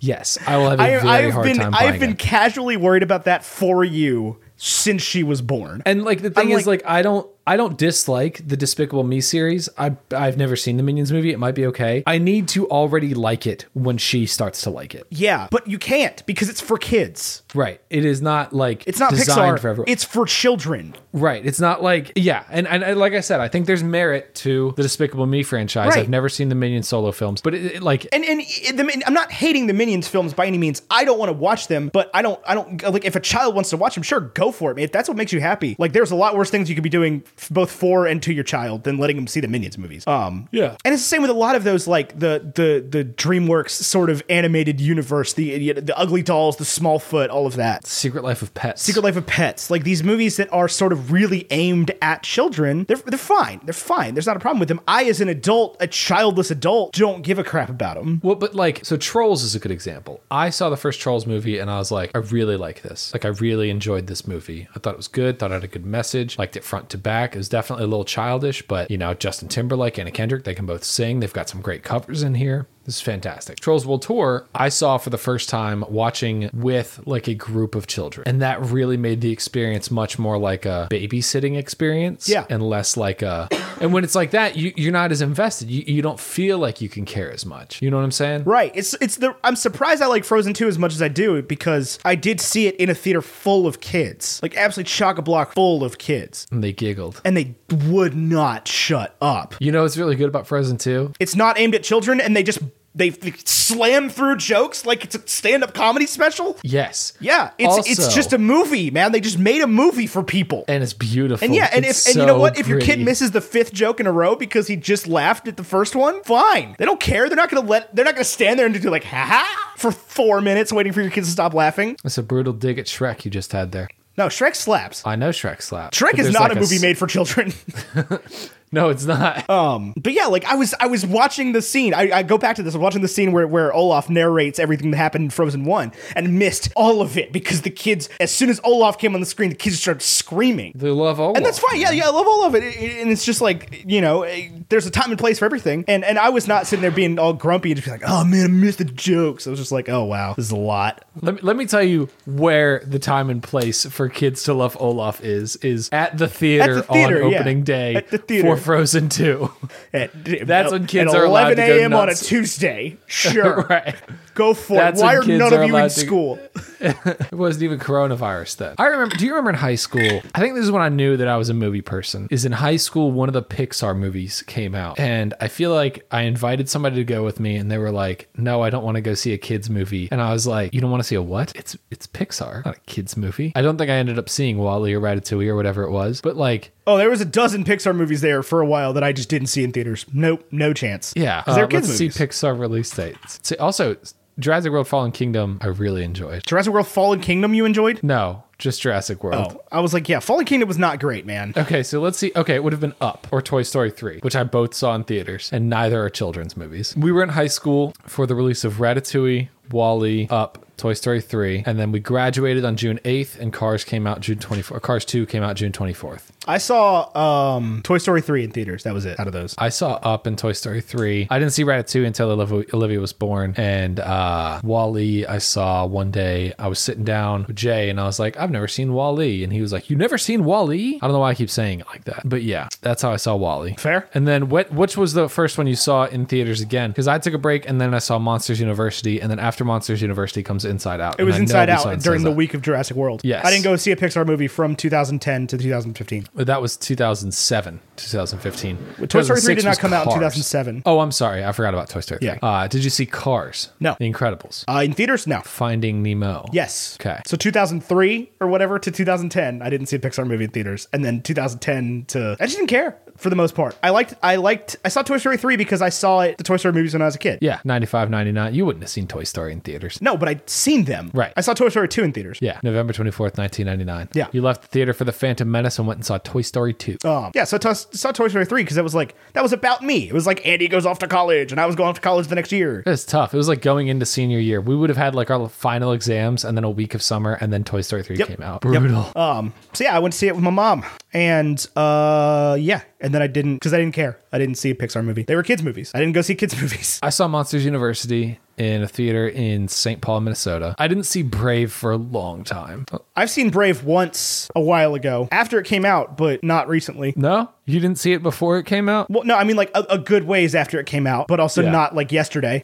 Speaker 2: yes. I will have a
Speaker 3: I,
Speaker 2: very
Speaker 3: I've
Speaker 2: hard
Speaker 3: been
Speaker 2: time buying
Speaker 3: I've been
Speaker 2: it.
Speaker 3: casually worried about that for you since she was born.
Speaker 2: And like the thing
Speaker 3: I'm
Speaker 2: is like I don't I don't dislike the Despicable Me series. I I've never seen the Minions movie. It might be okay. I need to already like it when she starts to like it.
Speaker 3: yeah, but you can't because it's for kids.
Speaker 2: Right. It is not like
Speaker 3: It's not
Speaker 2: designed
Speaker 3: Pixar.
Speaker 2: for everyone.
Speaker 3: It's for children.
Speaker 2: Right. It's not like yeah, and, and and like I said, I think there's merit to the Despicable Me franchise.
Speaker 3: Right.
Speaker 2: I've never seen the Minion solo films, but it, it, like
Speaker 3: And and it- the, Min- I'm not hating the Minions films by any means. I don't want to watch them, but I don't I don't like if a child wants to watch them, sure, go for it. If that's what makes you happy. Like there's a lot worse things you could be doing f- both for and to your child than letting them see the Minions movies. Um
Speaker 2: Yeah.
Speaker 3: And it's the same with a lot of those like the the the DreamWorks sort of animated universe, the the ugly dolls, the Smallfoot, all of that.
Speaker 2: Secret Life of Pets.
Speaker 3: Secret Life of Pets, like these movies that are sort of really aimed at children, they're, they're fine. They're fine. There's not a problem with them. I, as an adult, a childless adult, don't give a crap about them.
Speaker 2: Well, but like, so Trolls is a good example. I saw the first Trolls movie and I was like, I really like this. Like, I really enjoyed this movie. I thought it was good, thought it had a good message, liked it front to back. It was definitely a little childish, but you know, Justin Timberlake, Anna Kendrick, they can both sing. They've got some great covers in here. This is fantastic. Trolls World Tour, I saw for the first time watching with like a group of children. And that really made the experience much more like a babysitting experience
Speaker 3: Yeah.
Speaker 2: and less like a. And when it's like that, you, you're not as invested. You, you don't feel like you can care as much. You know what I'm saying?
Speaker 3: Right. It's it's the I'm surprised I like Frozen 2 as much as I do because I did see it in a theater full of kids. Like absolutely chock a block full of kids.
Speaker 2: And they giggled.
Speaker 3: And they would not shut up.
Speaker 2: You know what's really good about Frozen 2?
Speaker 3: It's not aimed at children and they just they, they slam through jokes like it's a stand-up comedy special.
Speaker 2: Yes.
Speaker 3: Yeah, it's it's
Speaker 2: Also-
Speaker 3: just a movie, man. They just made a movie for people.
Speaker 2: And it's beautiful.
Speaker 3: And yeah, and if
Speaker 2: It's
Speaker 3: and you know
Speaker 2: so
Speaker 3: what? If your kid
Speaker 2: pretty.
Speaker 3: misses the fifth joke in a row because he just laughed at the first one, fine. They don't care. They're not gonna let they're not gonna stand there and do like ha ha for four minutes waiting for your kids to stop laughing.
Speaker 2: It's a brutal dig at Shrek you just had there.
Speaker 3: No, Shrek slaps.
Speaker 2: I know Shrek slap.
Speaker 3: Shrek
Speaker 2: but
Speaker 3: is
Speaker 2: there's
Speaker 3: not
Speaker 2: like
Speaker 3: a movie
Speaker 2: s-
Speaker 3: made Uh, for children. (laughs)
Speaker 2: No, it's not.
Speaker 3: but yeah, like I was I was watching the scene. I, I go back to this, I'm watching the scene where, where Olaf narrates everything that happened in Frozen One and missed all of it because the kids as soon as Olaf came on the screen, the kids started screaming.
Speaker 2: they love all.
Speaker 3: And that's fine. Yeah, yeah, I love all of it. And it's just like, you know, eh, there's a time and place for everything. And and I was not sitting there being all grumpy and just be like, oh man, I missed the jokes. I was just like, oh wow, this is a lot.
Speaker 2: Let me, let me tell you where the time and place for kids to love Olaf is is at the theater,
Speaker 3: theater,
Speaker 2: on
Speaker 3: yeah.
Speaker 2: opening day
Speaker 3: At the theater.
Speaker 2: for Frozen 2.
Speaker 3: At,
Speaker 2: That's when kids
Speaker 3: at
Speaker 2: are allowed to go
Speaker 3: a.m. on a
Speaker 2: nuts. (laughs)
Speaker 3: Tuesday. Sure,
Speaker 2: (laughs) right.
Speaker 3: go for
Speaker 2: That's
Speaker 3: it. Why
Speaker 2: when
Speaker 3: are
Speaker 2: kids
Speaker 3: none
Speaker 2: are
Speaker 3: of you in
Speaker 2: allowed to-
Speaker 3: school?
Speaker 2: It wasn't even coronavirus then. I remember. Do you remember in high school? I think this is when I knew that I was a movie person. Is in high school one of the Pixar movies came out, and I feel like I invited somebody to go with me, and they were like, "No, I don't want to go see a kids movie." And I was like, "You don't want to see a what? It's it's Pixar, not a kids movie." I don't think I ended up seeing Wally or Ratatouille or whatever it was, but like,
Speaker 3: Oh, there was a dozen Pixar movies there for a while that I just didn't see in theaters. Nope, no chance.
Speaker 2: yeah,
Speaker 3: 'Cause they're
Speaker 2: uh,
Speaker 3: kids
Speaker 2: let's
Speaker 3: movies.
Speaker 2: see Pixar release dates. See, also, Jurassic World: Fallen Kingdom, I really enjoyed.
Speaker 3: Jurassic World: Fallen Kingdom. You enjoyed?
Speaker 2: No, just Jurassic World.
Speaker 3: Oh, I was like, yeah, Fallen Kingdom was not great, man.
Speaker 2: Okay, so let's see. Okay, it would have been Up or Toy Story 3, which I both saw in theaters, and neither are children's movies. We were in high school for the release of Ratatouille, Wally, Up, Toy Story 3, and then we graduated on June 8th, and Cars came out June 24th. Cars 2 came out June 24th.
Speaker 3: I saw um, Toy Story 3 in theaters. That was it out of those.
Speaker 2: I saw Up and Toy Story 3. I didn't see Ratatouille until Olivia, Olivia was born. And uh, Wally, I saw one day. I was sitting down with Jay and I was like, I've never seen Wally. And he was like, You've never seen Wally? I don't know why I keep saying it like that. But yeah, that's how I saw Wally.
Speaker 3: Fair.
Speaker 2: And then what? which was the first one you saw in theaters again? Because I took a break and then I saw Monsters University. And then after Monsters University comes Inside Out.
Speaker 3: It was Inside Out during the
Speaker 2: week.
Speaker 3: week of Jurassic World.
Speaker 2: Yes.
Speaker 3: I didn't go see a Pixar movie from 2010 to 2015.
Speaker 2: But that was 2007, 2015.
Speaker 3: Toy Story 3 did
Speaker 2: 2006
Speaker 3: not
Speaker 2: was
Speaker 3: come out in
Speaker 2: Cars.
Speaker 3: 2007.
Speaker 2: Oh, I'm sorry. I forgot about Toy Story 3.
Speaker 3: Yeah.
Speaker 2: Uh, did you see Cars?
Speaker 3: No.
Speaker 2: The Incredibles.
Speaker 3: Uh, in theaters, no.
Speaker 2: Finding Nemo.
Speaker 3: Yes.
Speaker 2: Okay.
Speaker 3: So 2003 or whatever to 2010, I didn't see a Pixar movie in theaters, and then 2010 to I just didn't care for the most part. I liked I liked I saw Toy Story 3 because I saw it the Toy Story movies when I was a kid.
Speaker 2: Yeah, 95, 99. You wouldn't have seen Toy Story in theaters.
Speaker 3: No, but I'd seen them.
Speaker 2: Right.
Speaker 3: I saw Toy Story 2 in theaters.
Speaker 2: Yeah, November 24th, 1999.
Speaker 3: Yeah.
Speaker 2: You left the theater for The Phantom Menace and went and saw Toy Story 2.
Speaker 3: Um, yeah, so I t- saw Toy Story 3 because it was like, that was about me. It was like, Andy goes off to college, and I was going off to college the next year.
Speaker 2: It was tough. It was like going into senior year. We would have had like our final exams and then a week of summer and then Toy Story 3
Speaker 3: Yep.
Speaker 2: came out. Brutal.
Speaker 3: Um, so yeah, I went to see it with my mom, and uh, yeah, and then I didn't because I didn't care. I didn't see a Pixar movie. They were kids movies. I didn't go see kids (laughs) movies.
Speaker 2: I saw Monsters University in a theater in St. Paul, Minnesota. I didn't see Brave for a long time. Uh,
Speaker 3: I've seen Brave once a while ago after it came out, but not recently.
Speaker 2: No? You didn't see it before it came out?
Speaker 3: Well, no, I mean like a, a good ways after it came out, but also
Speaker 2: Yeah.
Speaker 3: not like yesterday.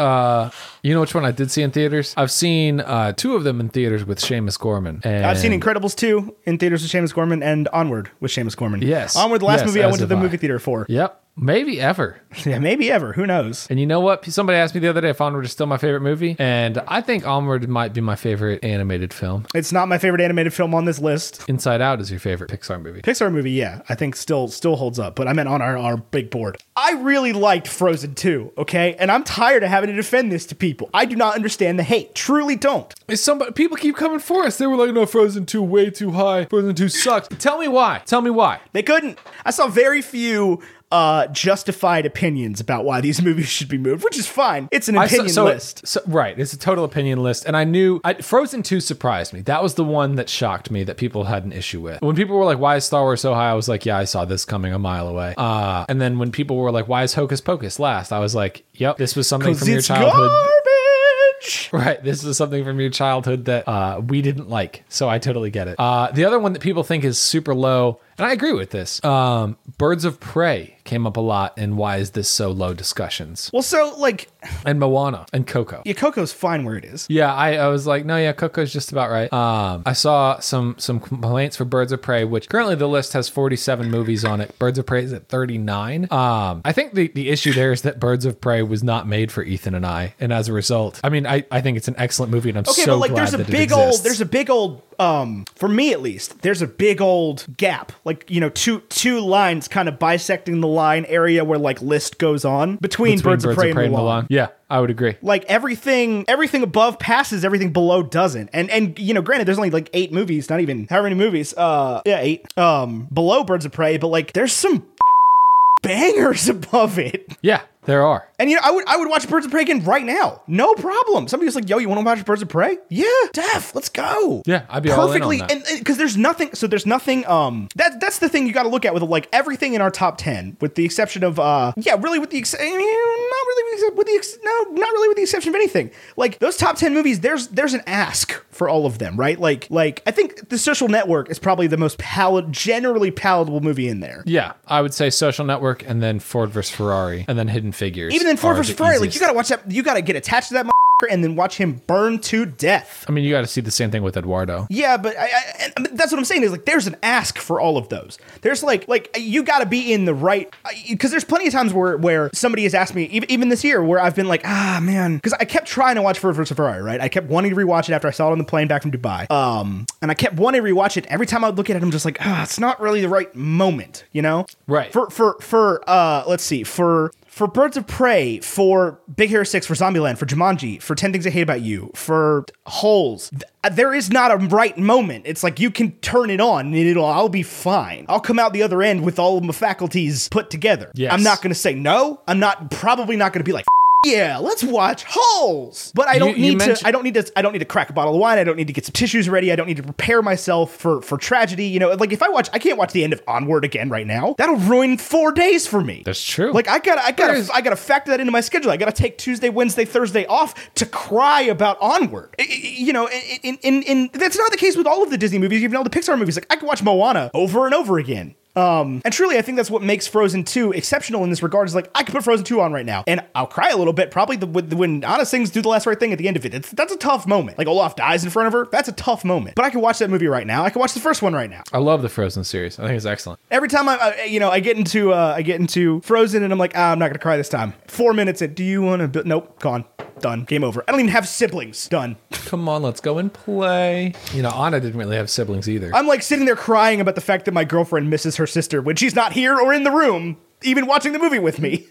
Speaker 2: You know which one I did see in theaters? I've seen uh, two of them in theaters with Seamus Gorman. And
Speaker 3: I've seen Incredibles 2 in theaters with Seamus Gorman and Onward with Seamus Gorman.
Speaker 2: Yes.
Speaker 3: Onward, the last
Speaker 2: Yes,
Speaker 3: movie I
Speaker 2: as
Speaker 3: went to
Speaker 2: have
Speaker 3: the
Speaker 2: I.
Speaker 3: movie theater for.
Speaker 2: Yep. Maybe ever.
Speaker 3: Yeah, maybe ever. Who knows?
Speaker 2: And you know what? Somebody asked me the other day if Onward is still my favorite movie. And I think Onward might be my favorite animated film.
Speaker 3: It's not my favorite animated film on this list.
Speaker 2: Inside Out is your favorite Pixar movie.
Speaker 3: Pixar movie, yeah, I think still still holds up, but I meant on our, our big board. I really liked Frozen 2, okay? And I'm tired of having to defend this to people. I do not understand the hate. Truly don't.
Speaker 2: Is somebody people keep coming for us. They were like, no, Frozen 2 way too high. Frozen 2 sucks. Tell me why. Tell me why.
Speaker 3: They couldn't. I saw very few uh justified opinions about why these (laughs) movies should be moved, which is fine. It's an
Speaker 2: I saw-
Speaker 3: opinion
Speaker 2: so-
Speaker 3: list.
Speaker 2: so- right, it's a total opinion list, and I knew I, Frozen Two surprised me. That was the one that shocked me that people had an issue with. When people were like, "Why is Star Wars so high?" I was like, "Yeah, I saw this coming a mile away." Uh, and then when people were like, "Why is Hocus Pocus last?" I was like, "Yep, this was something
Speaker 3: 'Cause
Speaker 2: from your
Speaker 3: it's
Speaker 2: childhood."
Speaker 3: garbage.
Speaker 2: (laughs) Right, this is something from your childhood that uh, we didn't like, so I totally get it. Uh, the other one that people think is super low, and I agree with this. Um, Birds of Prey came up a lot in why is this so low discussions,
Speaker 3: Well, so like
Speaker 2: and Moana and Coco.
Speaker 3: yeah, Coco's fine where it is.
Speaker 2: Yeah, I, I was like, no, yeah, Coco's just about right. Um, I saw some some complaints for Birds of Prey, which currently the list has 47 movies on it. Birds of Prey is at 39. Um, I think the, the issue there is that Birds of Prey was not made for Ethan and I, and as a result, I mean, I, I think it's an excellent movie, and I'm
Speaker 3: Okay,
Speaker 2: so
Speaker 3: but like
Speaker 2: glad
Speaker 3: there's a
Speaker 2: that it
Speaker 3: big old
Speaker 2: exists.
Speaker 3: there's a big old um for me at least, there's a big old gap. Like, you know, two two lines kind of bisecting the line area where like list goes on between,
Speaker 2: Between
Speaker 3: Birds, of Prey and Mulan.
Speaker 2: Yeah, I would agree.
Speaker 3: Like everything everything above passes, everything below doesn't. And and you know, granted there's only like eight movies, not even how many movies? Uh yeah, eight. Um below Birds of Prey, but like there's some (laughs) bangers above it.
Speaker 2: Yeah, there are.
Speaker 3: And you know, I would I would watch Birds of Prey again right now. No problem. Somebody was like, "Yo, you want to watch Birds of Prey?" Yeah, Def, let's go.
Speaker 2: Yeah, I'd be all in on
Speaker 3: perfectly.
Speaker 2: that.
Speaker 3: And because there's nothing, so there's nothing. Um, that that's the thing you got to look at with like everything in our top ten, with the exception of uh, yeah, really with the ex- eh, not really with the, ex- with the ex- no, not really with the exception of anything. Like those top ten movies, there's there's an ask for all of them, right? Like like I think The Social Network is probably the most pal- generally palatable movie in there.
Speaker 2: Yeah, I would say Social Network, and then Ford versus Ferrari, and then Hidden Figures.
Speaker 3: Even in Ford
Speaker 2: are
Speaker 3: vs.
Speaker 2: the
Speaker 3: Ferrari, like you
Speaker 2: easiest.
Speaker 3: gotta watch that. You gotta get attached to that motherfucker and then watch him burn to death.
Speaker 2: I mean, you got to see the same thing with Eduardo.
Speaker 3: Yeah, but I, I, and- but that's what I'm saying is like there's an ask for all of those. There's like like you gotta be in the right because there's plenty of times where where somebody has asked me even, even this year where I've been like ah man because I kept trying to watch Ford vs. Ferrari right. I kept wanting to rewatch it after I saw it on the plane back from Dubai. Um, and I kept wanting to rewatch it every time I would look at it. I'm just like ah, it's not really the right moment, you know?
Speaker 2: Right.
Speaker 3: For for for uh let's see for for Birds of Prey, for Big Hero 6, for Zombieland, for Jumanji, for 10 Things I Hate About You, for Holes, th- uh, there is not a right moment. It's like you can turn it on and it'll I'll be fine. I'll come out the other end with all of my faculties put together.
Speaker 2: Yes.
Speaker 3: I'm not going to say no. I'm not probably not going to be like yeah, let's watch holes. But I don't
Speaker 2: you
Speaker 3: need
Speaker 2: mentioned-
Speaker 3: to. I don't need to. I don't need to crack a bottle of wine. I don't need to get some tissues ready. I don't need to prepare myself for for tragedy. You know, like if I watch, I can't watch the end of Onward again right now. That'll ruin four days for me.
Speaker 2: That's true.
Speaker 3: Like I gotta, I gotta,
Speaker 2: There's-
Speaker 3: I gotta factor that into my schedule. I gotta take Tuesday, Wednesday, Thursday off to cry about Onward. I- I- you know, in in in that's not the case with all of the Disney movies, even all the Pixar movies. Like I could watch Moana over and over again. Um, and truly, I think that's what makes Frozen 2 exceptional in this regard. Is like I could put Frozen 2 on right now, and I'll cry a little bit. Probably the, when, when Anna sings "Do the Last Right Thing" at the end of it. It's, that's a tough moment. Like Olaf dies in front of her. That's a tough moment. But I could watch that movie right now. I could watch the first one right now
Speaker 2: I love the Frozen series. I think it's excellent.
Speaker 3: every time I, I you know I get into uh, I get into Frozen and I'm like ah, I'm not gonna cry this time. Four minutes in, do you want to? Bu- nope, gone, done, game over. I don't even have siblings. Done.
Speaker 2: Come on, let's go and play. You know, Anna didn't really have siblings either.
Speaker 3: I'm like sitting there crying about the fact that my girlfriend misses her sister when she's not here or in the room, even watching the movie
Speaker 2: (laughs)
Speaker 3: with me.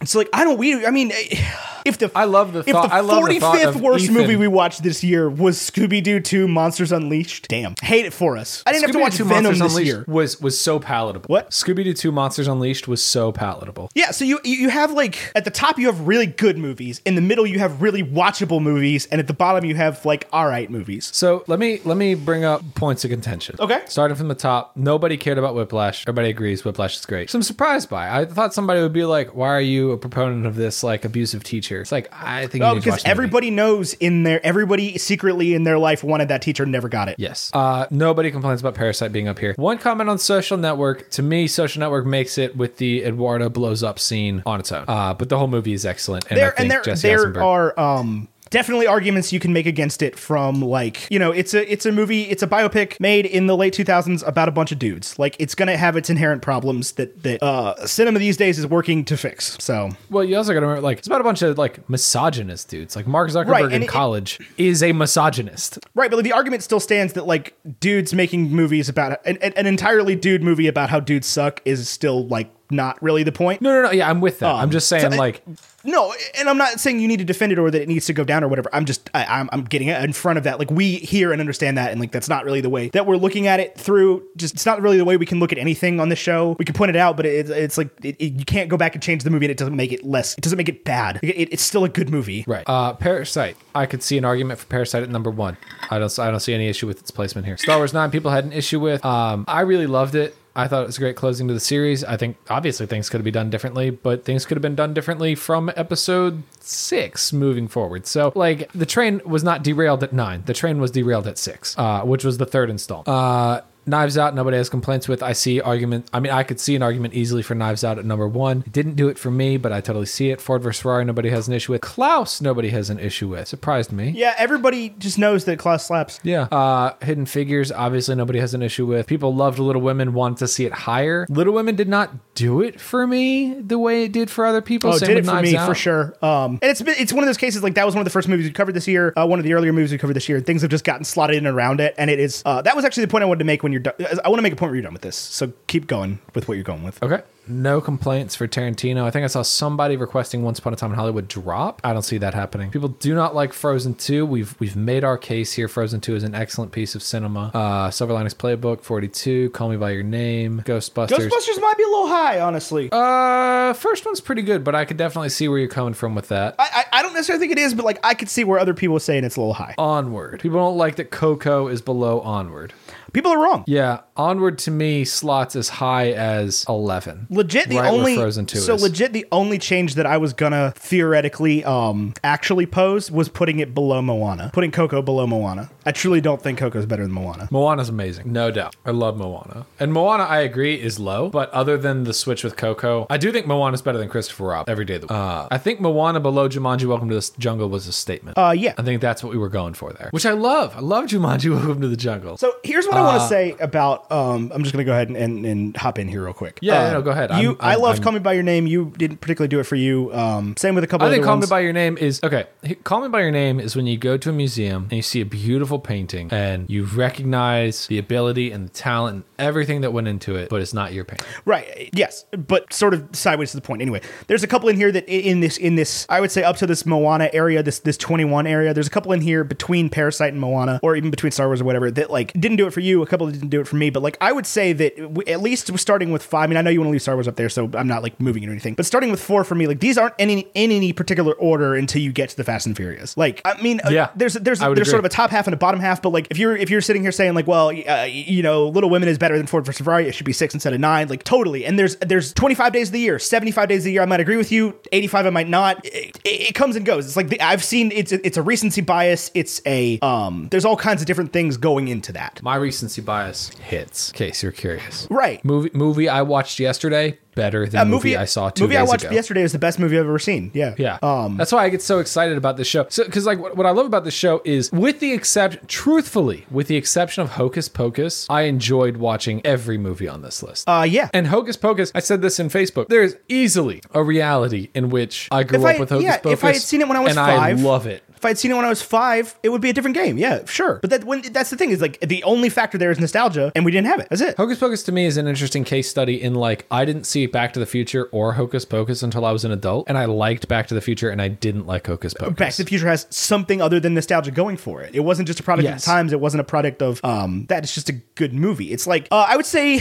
Speaker 3: It's like I don't. We. I mean, eh, if the
Speaker 2: I love the
Speaker 3: if
Speaker 2: thought-
Speaker 3: the
Speaker 2: I love the thought of
Speaker 3: worst
Speaker 2: Ethan-
Speaker 3: movie we watched this year was Scooby Doo Two Monsters Unleashed. Damn, hate it for us. I didn't have to watch Venom this
Speaker 2: Unleashed
Speaker 3: year.
Speaker 2: was was so palatable.
Speaker 3: What?
Speaker 2: Scooby Doo Two Monsters Unleashed was so palatable.
Speaker 3: Yeah, so you you you have like at the top you have really good movies, in the middle you have really watchable movies, and at the bottom you have like all right movies.
Speaker 2: So let me let me bring up points of contention.
Speaker 3: Okay.
Speaker 2: Starting from the top, nobody cared about Whiplash. Everybody agrees Whiplash is great. So I'm surprised by. it. I thought somebody would be like, "Why are you a proponent of this like abusive teacher?" It's like I think you need to
Speaker 3: Oh,
Speaker 2: watch
Speaker 3: because
Speaker 2: the movie.
Speaker 3: everybody knows in their everybody secretly in their life wanted that teacher, and never got it.
Speaker 2: Yes. Uh, nobody complains about Parasite being up here. One comment on Social Network. To me, Social Network makes it with the Eduardo blows up scene on its own. Uh, but the whole movie is excellent. And I
Speaker 3: There
Speaker 2: think
Speaker 3: and there
Speaker 2: Jesse
Speaker 3: there
Speaker 2: Eisenberg-
Speaker 3: are um definitely arguments you can make against it from like you know it's a it's a movie it's a biopic made in the late 2000s about a bunch of dudes like it's gonna have its inherent problems that that uh cinema these days is working to fix so
Speaker 2: Well, you also got to remember, like, it's about a bunch of like misogynist dudes. Like Mark Zuckerberg
Speaker 3: Right, and
Speaker 2: in
Speaker 3: it-
Speaker 2: college is a misogynist.
Speaker 3: Right, but the argument still stands that like dudes making movies about an, an, an entirely dude movie about how dudes suck is still like not really the point.
Speaker 2: No, no, no. Yeah, I'm with that. I'm just saying,
Speaker 3: Oh. so- uh,
Speaker 2: like,
Speaker 3: No, and I'm not saying you need to defend it or that it needs to go down or whatever. I'm just I, I'm I'm getting in front of that. Like we hear and understand that, and like that's not really the way that we're looking at it through. Just it's not really the way we can look at anything on the show. We can point it out, but it, it's like it, it- you can't go back and change the movie, and it doesn't make it less. It doesn't make it bad. It- it- it's still a good movie.
Speaker 2: right. Uh, Parasite. I could see an argument for Parasite at number one. I don't. I don't see any issue with its placement here. Star Wars Nine. People had an issue with. Um, I really loved it. I thought it was a great closing to the series. I think obviously things could have been done differently, but things could have been done differently from episode six moving forward. So like the train was not derailed at nine. The train was derailed at six, uh, which was the third installment. Uh, Knives Out, nobody has complaints with. I see argument. I mean, I could see an argument easily for Knives Out at number one. It didn't do it for me, but I totally see it. Ford versus Ferrari, nobody has an issue with. Klaus, nobody has an issue with. Surprised me.
Speaker 3: Yeah, everybody just knows that Klaus slaps.
Speaker 2: Yeah. Uh, Hidden Figures, obviously nobody has an issue with. People loved Little Women, wanted to see it higher. Little Women did not do it for me the way it did for other people.
Speaker 3: Oh,
Speaker 2: Same
Speaker 3: did
Speaker 2: with
Speaker 3: it for
Speaker 2: Knives
Speaker 3: me
Speaker 2: Out.
Speaker 3: for sure. Um, and it's been, it's one of those cases like that was one of the first movies we covered this year. Uh, one of the earlier movies we covered this year. Things have just gotten slotted in and around it, and it is uh, that was actually the point I wanted to make when you're done. I want to make a point where you're done with this. So keep going with what you're going with.
Speaker 2: Okay. No complaints for Tarantino. I think I saw somebody requesting Once Upon a Time in Hollywood drop. I don't see that happening. People do not like Frozen 2. We've we've made our case here. Frozen 2 is an excellent piece of cinema. Uh Silver Linings Playbook 42, Call Me by Your Name, Ghostbusters.
Speaker 3: Ghostbusters might be a little high, honestly.
Speaker 2: uh first one's pretty good, but I could definitely see where you're coming from with that.
Speaker 3: I, I I don't necessarily think it is, but like I could see where other people are saying it's a little
Speaker 2: Oh.
Speaker 3: high.
Speaker 2: Onward. People don't like that Coco is below Onward.
Speaker 3: People are wrong.
Speaker 2: Yeah, Onward to me slots as high as 11.
Speaker 3: legit the
Speaker 2: Right where
Speaker 3: only
Speaker 2: Frozen 2
Speaker 3: so
Speaker 2: is.
Speaker 3: legit the only change that I was gonna theoretically um actually pose was putting it below Moana, putting Coco below Moana. I truly don't think Coco's better than Moana.
Speaker 2: Moana's amazing, no doubt. I love Moana. And Moana, I agree, is low, but other than the switch with Coco, I do think Moana's better than Christopher Robin every day of the week. Uh, I think Moana below Jumanji Welcome to the Jungle was a statement.
Speaker 3: Uh, yeah.
Speaker 2: I think that's what we were going for there, which I love. I love Jumanji (laughs) Welcome to the Jungle.
Speaker 3: So here's what I
Speaker 2: Uh,
Speaker 3: want to say about. Um, I'm just gonna go ahead and, and, and hop in here real quick.
Speaker 2: Yeah,
Speaker 3: Uh,
Speaker 2: yeah, no, go ahead.
Speaker 3: You,
Speaker 2: I'm- I'm-
Speaker 3: I loved
Speaker 2: I'm-
Speaker 3: Call Me by Your Name. You didn't particularly do it for you. Um, same with a couple.
Speaker 2: I think
Speaker 3: other
Speaker 2: Call Me
Speaker 3: ones.
Speaker 2: By Your Name is okay. H- Call Me By Your Name is when you go to a museum and you see a beautiful painting and you recognize the ability and the talent and everything that went into it, but it's not your painting.
Speaker 3: Right. Yes, but sort of sideways to the point. Anyway, there's a couple in here that i- in this in this I would say up to this Moana area, this this 21 area. There's a couple in here between Parasite and Moana, or even between Star Wars or whatever that like didn't do it for you. A couple that didn't do it for me. But like I would say that we, at least we're starting with five. I mean, I know you want to leave Star Star Wars up there, so I'm not like moving it or anything. But starting with four for me, like these aren't any in any particular order until you get to the Fast and Furious. Like I mean, uh,
Speaker 2: Yeah.
Speaker 3: there's there's there's
Speaker 2: I would agree.
Speaker 3: sort of a top half and a bottom half, but like if you're if you're sitting here saying like, well, y- uh, you know, Little Women is better than Ford versus Ferrari, it should be six instead of nine, like totally. And there's there's 25 days of the year, 75 days of the year, I might agree with you, 85 I might not. It, it- it comes and goes. It's like the, I've seen it's it's a recency bias. It's a um. There's all kinds of different things going into that.
Speaker 2: My recency bias hits. In case you're curious,
Speaker 3: Right.
Speaker 2: Movie movie I watched yesterday better than
Speaker 3: A
Speaker 2: movie, I saw two
Speaker 3: movie
Speaker 2: days
Speaker 3: I watched
Speaker 2: ago.
Speaker 3: yesterday is the best movie I've ever seen. Yeah.
Speaker 2: Yeah.
Speaker 3: Um.
Speaker 2: That's why I get so excited about this show. So, because like what, what I love about this show is, with the except, truthfully, with the exception of Hocus Pocus, I enjoyed watching every movie on this list.
Speaker 3: Uh. Yeah.
Speaker 2: and Hocus Pocus, I said this in Facebook. There is easily a reality in which I grew
Speaker 3: If
Speaker 2: up
Speaker 3: I-
Speaker 2: with Hocus
Speaker 3: yeah,
Speaker 2: Pocus.
Speaker 3: if I had seen it when I
Speaker 2: and
Speaker 3: was five-
Speaker 2: I love it.
Speaker 3: If I'd seen it when I was five, it would be a different game. Yeah, sure. But that when that's the thing is like the only factor there is nostalgia, and we didn't have it. That's it.
Speaker 2: Hocus Pocus to me is an interesting case study in like I didn't see Back to the Future or Hocus Pocus until I was an adult, and I liked Back to the Future, and I didn't like Hocus Pocus.
Speaker 3: Back to the Future has something other than nostalgia going for it. It wasn't just a product of
Speaker 2: Yes.
Speaker 3: the times. It wasn't a product of um, that. It's just a good movie. It's like uh, I would say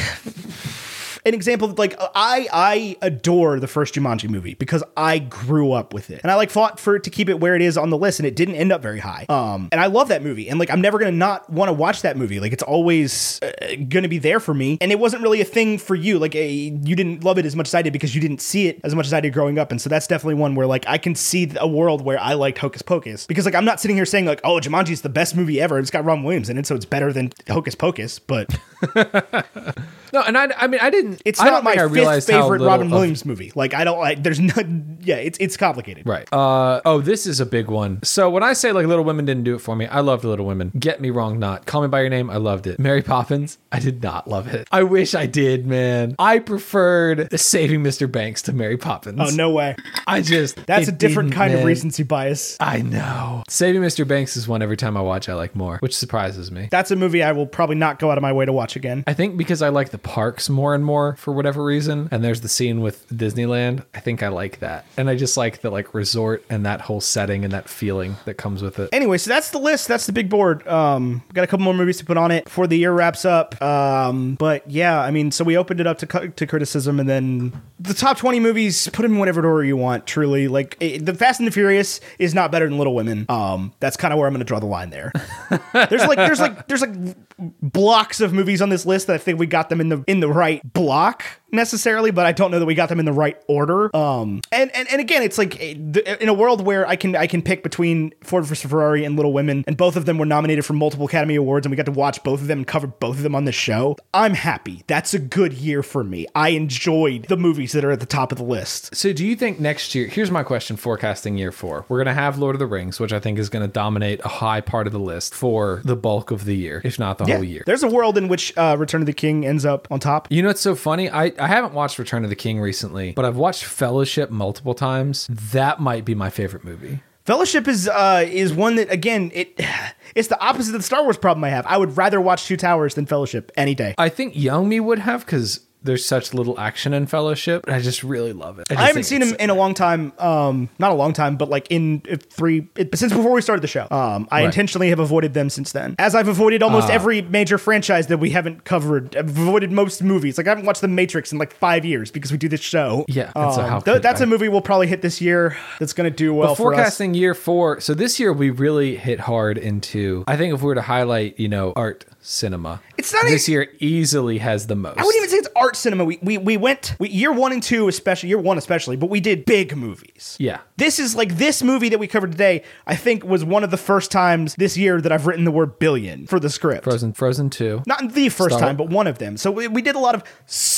Speaker 3: an example of, like I I adore the first Jumanji movie because I grew up with it and I like fought for it to keep it where it is on the list and it didn't end up very high. Um, and I love that movie and like I'm never gonna not want to watch that movie. Like it's always uh, gonna be there for me. And it wasn't really a thing for you. Like a, you didn't love it as much as I did because you didn't see it as much as I did growing up. And so that's definitely one where like I can see a world where I liked Hocus Pocus because like I'm not sitting here saying like oh Jumanji's the best movie ever. It's got Ron Williams in it, so it's better than Hocus Pocus. But
Speaker 2: No, and I, I mean, I didn't.
Speaker 3: it's
Speaker 2: I don't
Speaker 3: not my
Speaker 2: think I
Speaker 3: fifth
Speaker 2: realized how
Speaker 3: favorite
Speaker 2: little
Speaker 3: Robin
Speaker 2: of-
Speaker 3: Williams movie. Like I don't like. There's no. (laughs) Yeah, it's it's complicated.
Speaker 2: Right. Uh, oh, this is a big one. So when I say like Little Women didn't do it for me, I loved Little Women. Get me wrong, not Call Me by Your Name. I loved it. Mary Poppins, I did not love it. I wish I did, man. I preferred Saving Mr. Banks to Mary Poppins.
Speaker 3: Oh no way.
Speaker 2: I just
Speaker 3: That's
Speaker 2: it
Speaker 3: a different
Speaker 2: didn't,
Speaker 3: kind of
Speaker 2: man.
Speaker 3: recency bias.
Speaker 2: I know. Saving Mr. Banks is one every time I watch I like more, which surprises me.
Speaker 3: That's a movie I will probably not go out of my way to watch again.
Speaker 2: I think because I like the parks more and more for whatever reason, and there's the scene with Disneyland, I think I like that. And I just like the like resort and that whole setting and that feeling that comes with it.
Speaker 3: Anyway, so that's the list. That's the big board. Um, got a couple more movies to put on it before the year wraps up. Um, but yeah, I mean, so we opened it up to cu- to criticism, and then the top twenty movies. Put them in whatever order you want. Truly, like it, the Fast and the Furious is not better than Little Women. Um, that's kind of where I'm going to draw the line there. there's like there's like there's like blocks of movies on this list that I think we got them in the in the right block necessarily, but I don't know that we got them in the right order. Um, and and, and again, it's like eh, the- in a world where I can I can pick between Ford vs Ferrari and Little Women, and both of them were nominated for multiple Academy Awards, and we got to watch both of them and cover both of them on the show. I'm happy. That's a good year for me. I enjoyed the movies that are at the top of the list.
Speaker 2: So do you think next year? Here's my question: forecasting year four, we're gonna have Lord of the Rings, which I think is gonna dominate a high part of the list for the bulk of the year, if not the whole year.
Speaker 3: There's a world in which uh, Return of the King ends up on top.
Speaker 2: You know what's so funny? I, I haven't watched Return of the King recently, but I've watched Fellowship multiple times. That might be my favorite movie.
Speaker 3: Fellowship is uh is one that again it (sighs) it's the opposite of the Star Wars problem I have. I would rather watch Two Towers than Fellowship any day.
Speaker 2: I think young me would have because there's such little action in Fellowship, and I just really love it. just
Speaker 3: I haven't
Speaker 2: think
Speaker 3: seen
Speaker 2: it's-
Speaker 3: him in a long time. Um, not a long time, but like in uh, three it, since before we started the show. Um, I
Speaker 2: Right. Ah.
Speaker 3: intentionally have avoided them since then, as I've avoided almost every major franchise that we haven't covered. I've avoided most movies. Like I haven't watched The Matrix in like five years because we do this show.
Speaker 2: Yeah, and so
Speaker 3: Um,
Speaker 2: how
Speaker 3: th-
Speaker 2: could
Speaker 3: that's
Speaker 2: I?
Speaker 3: a movie we'll probably hit this year. That's gonna do well for us.
Speaker 2: forecasting year four. So this year we really hit hard into. I think if we were to highlight, you know, art cinema,
Speaker 3: It's not
Speaker 2: this
Speaker 3: e-
Speaker 2: year easily has the most.
Speaker 3: I wouldn't even say it's art cinema. We we, we went we, year one and two, especially year one especially, but we did big movies.
Speaker 2: Yeah.
Speaker 3: This is like this movie that we covered today. I think was one of the first times this year that I've written the word billion for the script.
Speaker 2: Frozen, Frozen two.
Speaker 3: Not the first
Speaker 2: Star-
Speaker 3: time, but one of them. So we, we did a lot of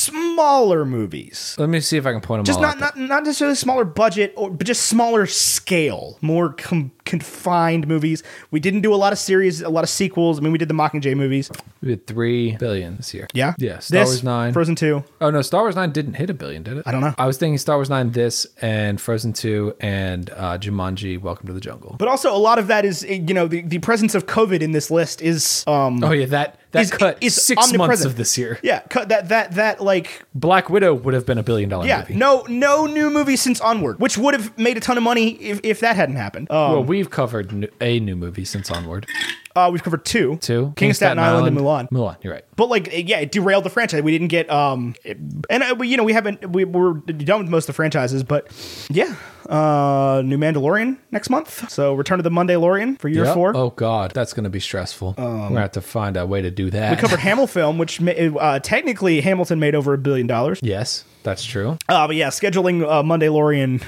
Speaker 3: smaller movies.
Speaker 2: Let me see if I can point them
Speaker 3: Just
Speaker 2: all
Speaker 3: not,
Speaker 2: out.
Speaker 3: not not necessarily smaller budget, or but just smaller scale, more com- confined movies. We didn't do a lot of series, a lot of sequels. I mean, we did the Mockingjay movies.
Speaker 2: we had three billion this year.
Speaker 3: Yeah,
Speaker 2: yeah. Star
Speaker 3: This,
Speaker 2: Wars nine.
Speaker 3: Frozen two.
Speaker 2: Oh no, Star Wars Nine didn't hit a billion, did it? I
Speaker 3: don't know.
Speaker 2: I was thinking Star Wars Nine, this, and Frozen Two, and uh, Jumanji: Welcome to the Jungle.
Speaker 3: But also, a lot of that is uh, you know the, the presence of COVID in this list is um
Speaker 2: Oh yeah, that that
Speaker 3: Is-
Speaker 2: cut
Speaker 3: is
Speaker 2: six months
Speaker 3: omnipresent.
Speaker 2: of this year.
Speaker 3: yeah cu- that that that like
Speaker 2: Black Widow would have been a billion dollar
Speaker 3: yeah
Speaker 2: movie.
Speaker 3: no no new movie since Onward, which would have made a ton of money if, if that hadn't happened. Um,
Speaker 2: Well, we've covered n- a new movie since Onward.
Speaker 3: Uh, we've covered two.
Speaker 2: Two.
Speaker 3: King, of Staten, Island, and Mulan.
Speaker 2: Mulan. You're right.
Speaker 3: But like, it- yeah, it derailed the franchise. We didn't get um, it- and uh, we, you know we haven't we we're done with most of the franchises. But yeah, uh, new Mandalorian next month. So Return of the Mandalorian for year
Speaker 2: Yep.
Speaker 3: four. Um,
Speaker 2: Oh God, that's gonna be stressful. We're gonna have to find a way to do that.
Speaker 3: We covered (laughs) Hamill film, which ma- uh, technically Hamilton made over a billion dollars.
Speaker 2: (laughs) yes, that's true.
Speaker 3: Uh, but yeah, scheduling uh, Mandalorian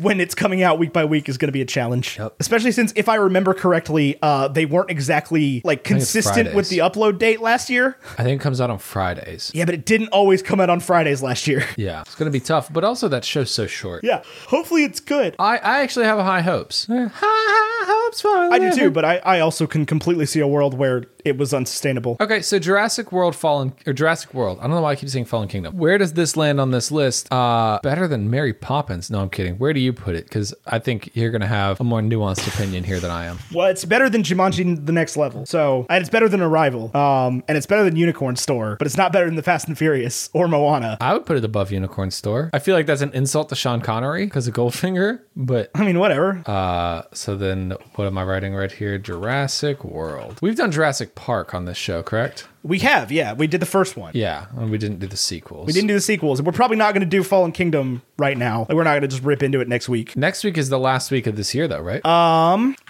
Speaker 3: (laughs) when it's coming out week by week is going to be a challenge.
Speaker 2: Yep.
Speaker 3: Especially since, if I remember correctly, uh, they weren't exactly like
Speaker 2: it's
Speaker 3: consistent with the
Speaker 2: Fridays.
Speaker 3: upload date last year.
Speaker 2: I think it comes out on Fridays.
Speaker 3: Yeah, but it didn't always come out on Fridays last year. (laughs)
Speaker 2: Yeah, it's gonna be tough. But also, that show's so short.
Speaker 3: yeah, hopefully it's good.
Speaker 2: I, I actually have high hopes. High, high hopes for
Speaker 3: I do too, but I, I also can completely see a world where it was unsustainable.
Speaker 2: Okay, so Jurassic World Fallen or Jurassic World. I don't know why I keep saying Fallen Kingdom. Where does this land on this list? Uh better than Mary Poppins. No, I'm kidding. Where do you put it? Cuz I think you're going to have a more nuanced opinion here than I am.
Speaker 3: Well, it's better than Jumanji the next level. So, and it's better than Arrival. Um, and it's better than Unicorn Store, but it's not better than The Fast and Furious or Moana.
Speaker 2: I would put it above Unicorn Store. I feel like that's an insult to Sean Connery cuz of Goldfinger, but
Speaker 3: I mean, whatever.
Speaker 2: uh so then what am I writing right here? Jurassic World. We've done Jurassic Park on this show, correct?
Speaker 3: we have, yeah, we did the first one.
Speaker 2: Yeah, and we didn't do the sequels.
Speaker 3: We didn't do the sequels, and we're probably not going to do Fallen Kingdom right now. Like, we're not going to just rip into it next week.
Speaker 2: Next week is the last week of this year though, right?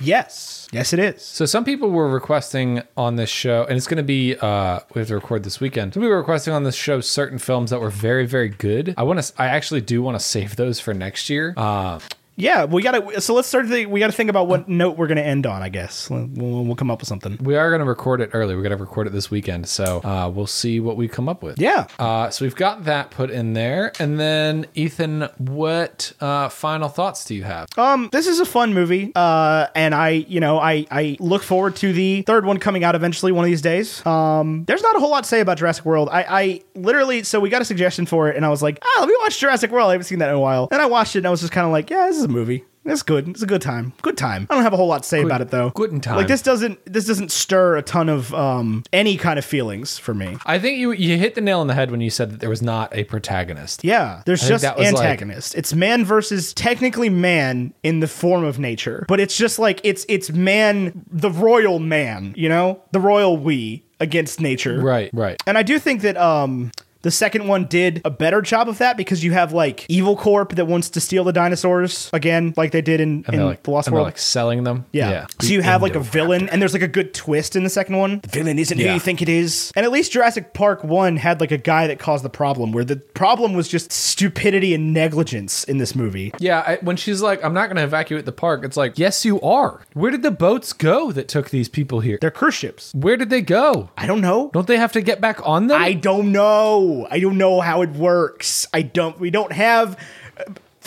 Speaker 3: Yes, yes, it is.
Speaker 2: So some people were requesting on this show, and it's going to be uh, we have to record this weekend. Some people were requesting on this show certain films that were very, very good. I want to, I actually do want to save those for next year. Uh,
Speaker 3: Yeah, we got to. So let's start. The, we got to think about what note we're going to end on. I guess we'll, we'll we'll come up with something.
Speaker 2: we are going to record it early. We're going to record it this weekend, so uh, we'll see what we come up with.
Speaker 3: Yeah.
Speaker 2: Uh, so we've got that put in there, and then Ethan, what uh, final thoughts do you have?
Speaker 3: Um, this is a fun movie. Uh, and I, you know, I I look forward to the third one coming out eventually one of these days. Um, there's not a whole lot to say about Jurassic World. I I literally so we got a suggestion for it, and I was like, ah, let me watch Jurassic World. I haven't seen that in a while, and I watched it, and I was just kind of like, yeah, this is a movie. It's good. It's a good time. Good time. I don't have a whole lot to say about it though.
Speaker 2: good time.
Speaker 3: Like this doesn't this doesn't stir a ton of um any kind of feelings for me.
Speaker 2: I think you you hit the nail on the head when you said that there was not a protagonist.
Speaker 3: Yeah, there's
Speaker 2: think
Speaker 3: just
Speaker 2: that was, like-
Speaker 3: antagonist. it's man versus technically man in the form of nature, but it's just like it's it's man, the royal man, you know, the royal we against nature.
Speaker 2: Right, right.
Speaker 3: And I do think that um the second one did a better job of that because you have like evil corp that wants to steal the dinosaurs again, like they did in,
Speaker 2: And
Speaker 3: in
Speaker 2: they're like,
Speaker 3: the Lost
Speaker 2: and they're
Speaker 3: World.
Speaker 2: like selling them.
Speaker 3: Yeah. So you
Speaker 2: The
Speaker 3: have like a
Speaker 2: Indo-
Speaker 3: villain, and there's like a good twist in the second one. The villain isn't who
Speaker 2: Yeah.
Speaker 3: you think it is. And at least Jurassic Park 1 had like a guy that caused the problem, where the problem was just stupidity and negligence in this movie.
Speaker 2: Yeah, I, when she's like, "I'm not going to evacuate the park," it's like, "Yes, you are." Where did the boats go that took these people here?
Speaker 3: They're cruise ships.
Speaker 2: Where did they go?
Speaker 3: I don't know.
Speaker 2: Don't they have to get back on them?
Speaker 3: I don't know. I don't know how it works. I don't, we don't have uh,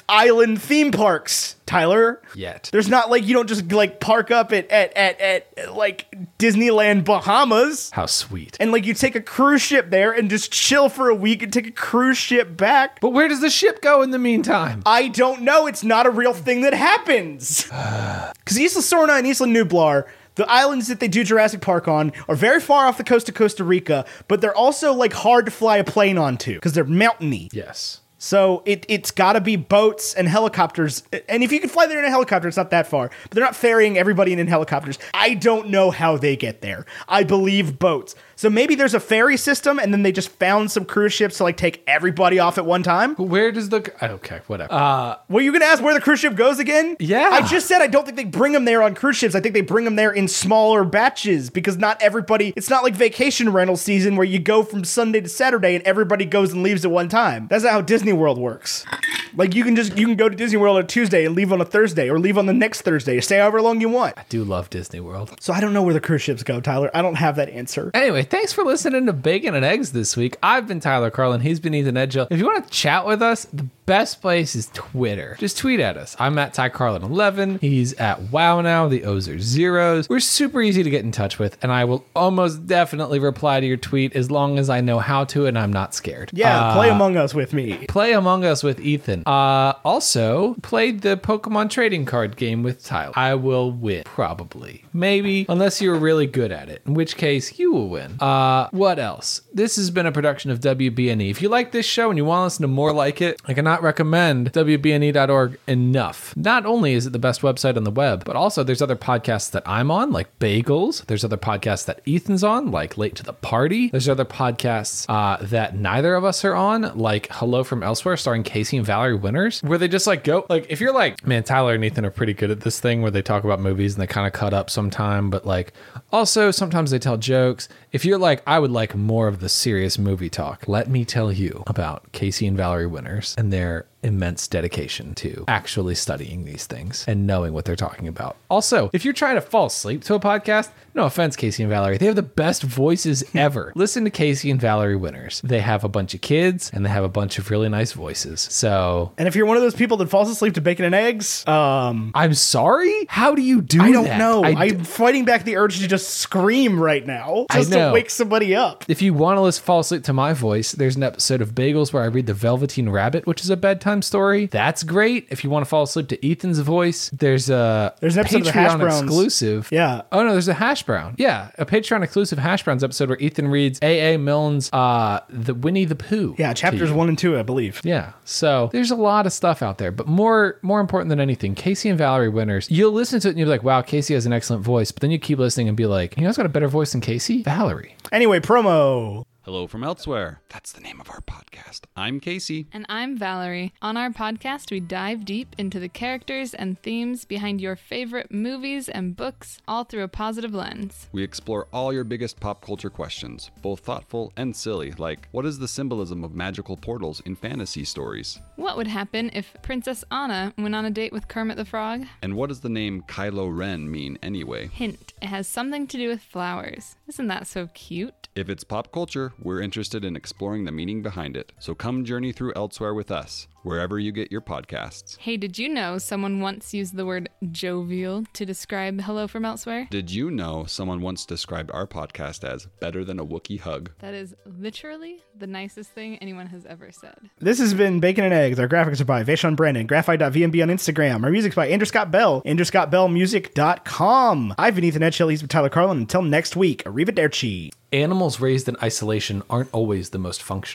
Speaker 3: island theme parks, Tyler.
Speaker 2: Yet.
Speaker 3: There's not like, you don't just like park up at, at, at, at like Disneyland Bahamas.
Speaker 2: How sweet.
Speaker 3: and like you take a cruise ship there and just chill for a week and take a cruise ship back.
Speaker 2: but where does the ship go in the meantime?
Speaker 3: I don't know. It's not a real thing that happens. (sighs) Because Isla Sorna and Isla Nublar, the islands that they do Jurassic Park on, are very far off the coast of Costa Rica, but they're also like hard to fly a plane onto because they're mountainy.
Speaker 2: yes.
Speaker 3: So it it's got to be boats and helicopters. And if you can fly there in a helicopter, it's not that far. But they're not ferrying everybody in in helicopters. I don't know how they get there. I believe boats. So maybe there's a ferry system, and then they just found some cruise ships to like take everybody off at one time.
Speaker 2: But where does the okay, whatever. Uh,
Speaker 3: Were you gonna ask where the cruise ship goes again?
Speaker 2: Yeah.
Speaker 3: I just said I don't think they bring them there on cruise ships. I think they bring them there in smaller batches because not everybody. It's not like vacation rental season where you go from Sunday to Saturday and everybody goes and leaves at one time. That's not how Disney World works. Like you can just you can go to Disney World on a Tuesday and leave on a Thursday or leave on the next Thursday. Stay however long you want.
Speaker 2: I do love Disney World.
Speaker 3: So I don't know where the cruise ships go, Tyler. I don't have that answer.
Speaker 2: Anyway, thanks for listening to Bacon and Eggs this week. I've been Tyler Carlin. He's been Ethan Edgell. If you want to chat with us, the best place is Twitter. Just tweet at us. I'm at Ty Carlin11. He's at Wow Now. The O's are zeros. We're super easy to get in touch with, and I will almost definitely reply to your tweet as long as I know how to and I'm not scared.
Speaker 3: Yeah,
Speaker 2: Uh,
Speaker 3: play Among Us with me.
Speaker 2: Play Among Us with Ethan. Uh, also, played the Pokemon trading card game with Tyler. I will win, probably. Maybe, unless you're really good at it, in which case you will win. E. Uh, what else? This has been a production of WBNE. If you like this show and you want to listen to more like it, I cannot cannot recommend WBNE.org E enough. Not only is it the best website on the web, but also there's other podcasts that I'm on, like Bagels. There's other podcasts that Ethan's on, like Late to the Party. There's other podcasts uh, that neither of us are on, like Hello from Elsewhere, starring Casey and Valerie Winners, where they just like go, like, if you're like, man, Tyler and Ethan are pretty good at this thing where they talk about movies and they kind of cut up sometime, but like also sometimes they tell jokes. If you're like, I would like more of the serious movie talk, let me tell you about Casey and Valerie Winners and their immense dedication to actually studying these things and knowing what they're talking about. Also, if you're trying to fall asleep to a podcast, no offense, Casey and Valerie, they have the best
Speaker 3: (laughs)
Speaker 2: voices ever. Listen to Casey and Valerie Winners. They have a bunch of kids and they have a bunch of really nice voices. So
Speaker 3: And if you're one of those people that falls asleep to bacon and eggs, um,
Speaker 2: I'm sorry? How do you do
Speaker 3: I don't
Speaker 2: that?
Speaker 3: know.
Speaker 2: I
Speaker 3: I am fighting back the urge to just scream right now,
Speaker 2: I
Speaker 3: just
Speaker 2: know.
Speaker 3: to wake somebody up.
Speaker 2: If you want to listen fall asleep to my voice, there's an episode of Bagels where I read The Velveteen Rabbit, which is a bedtime story. That's great. If you want to fall asleep to Ethan's voice, there's a
Speaker 3: There's an episode of the Hash
Speaker 2: Patreon
Speaker 3: Browns.
Speaker 2: exclusive.
Speaker 3: Yeah.
Speaker 2: Oh no, there's a hash brown. Yeah, a Patreon exclusive hash browns episode where Ethan reads A.A. Milne's uh the Winnie the Pooh.
Speaker 3: Yeah,
Speaker 2: to
Speaker 3: chapters
Speaker 2: you.
Speaker 3: one and two, I believe.
Speaker 2: Yeah. So there's a lot of stuff out there, but more more important than anything, Casey and Valerie winners. You'll listen to it and you'll be like, wow, Casey has an excellent voice, but then you keep listening and be like, you know, has got a better voice than Casey? Valerie.
Speaker 3: Anyway, promo.
Speaker 1: Hello from Elsewhere. That's the name of our podcast. I'm Casey.
Speaker 4: And I'm Valerie. On our podcast, we dive deep into the characters and themes behind your favorite movies and books, all through a positive lens.
Speaker 1: We explore all your biggest pop culture questions, both thoughtful and silly, like what is the symbolism of magical portals in fantasy stories?
Speaker 4: What would happen if Princess Anna went on a date with Kermit the Frog?
Speaker 1: And what does the name Kylo Ren mean anyway?
Speaker 4: Hint, it has something to do with flowers. Isn't that so cute?
Speaker 1: If it's pop culture, we're interested in exploring the meaning behind it. So come journey through Elsewhere with us, wherever you get your podcasts.
Speaker 4: Hey, did you know someone once used the word jovial to describe Hello from Elsewhere?
Speaker 1: Did you know someone once described our podcast as better than a Wookiee hug?
Speaker 4: That is literally the nicest thing anyone has ever said.
Speaker 3: This has been Bacon and Eggs. Our graphics are by Vaishon Brandon, graphite.vmb on Instagram. Our music's by Andrew Scott Bell, andrewscottbellmusic.com. I've been Ethan Edshell, he's been Tyler Carlin. Until next week, arrivederci.
Speaker 2: Animals raised in isolation aren't always the most functional.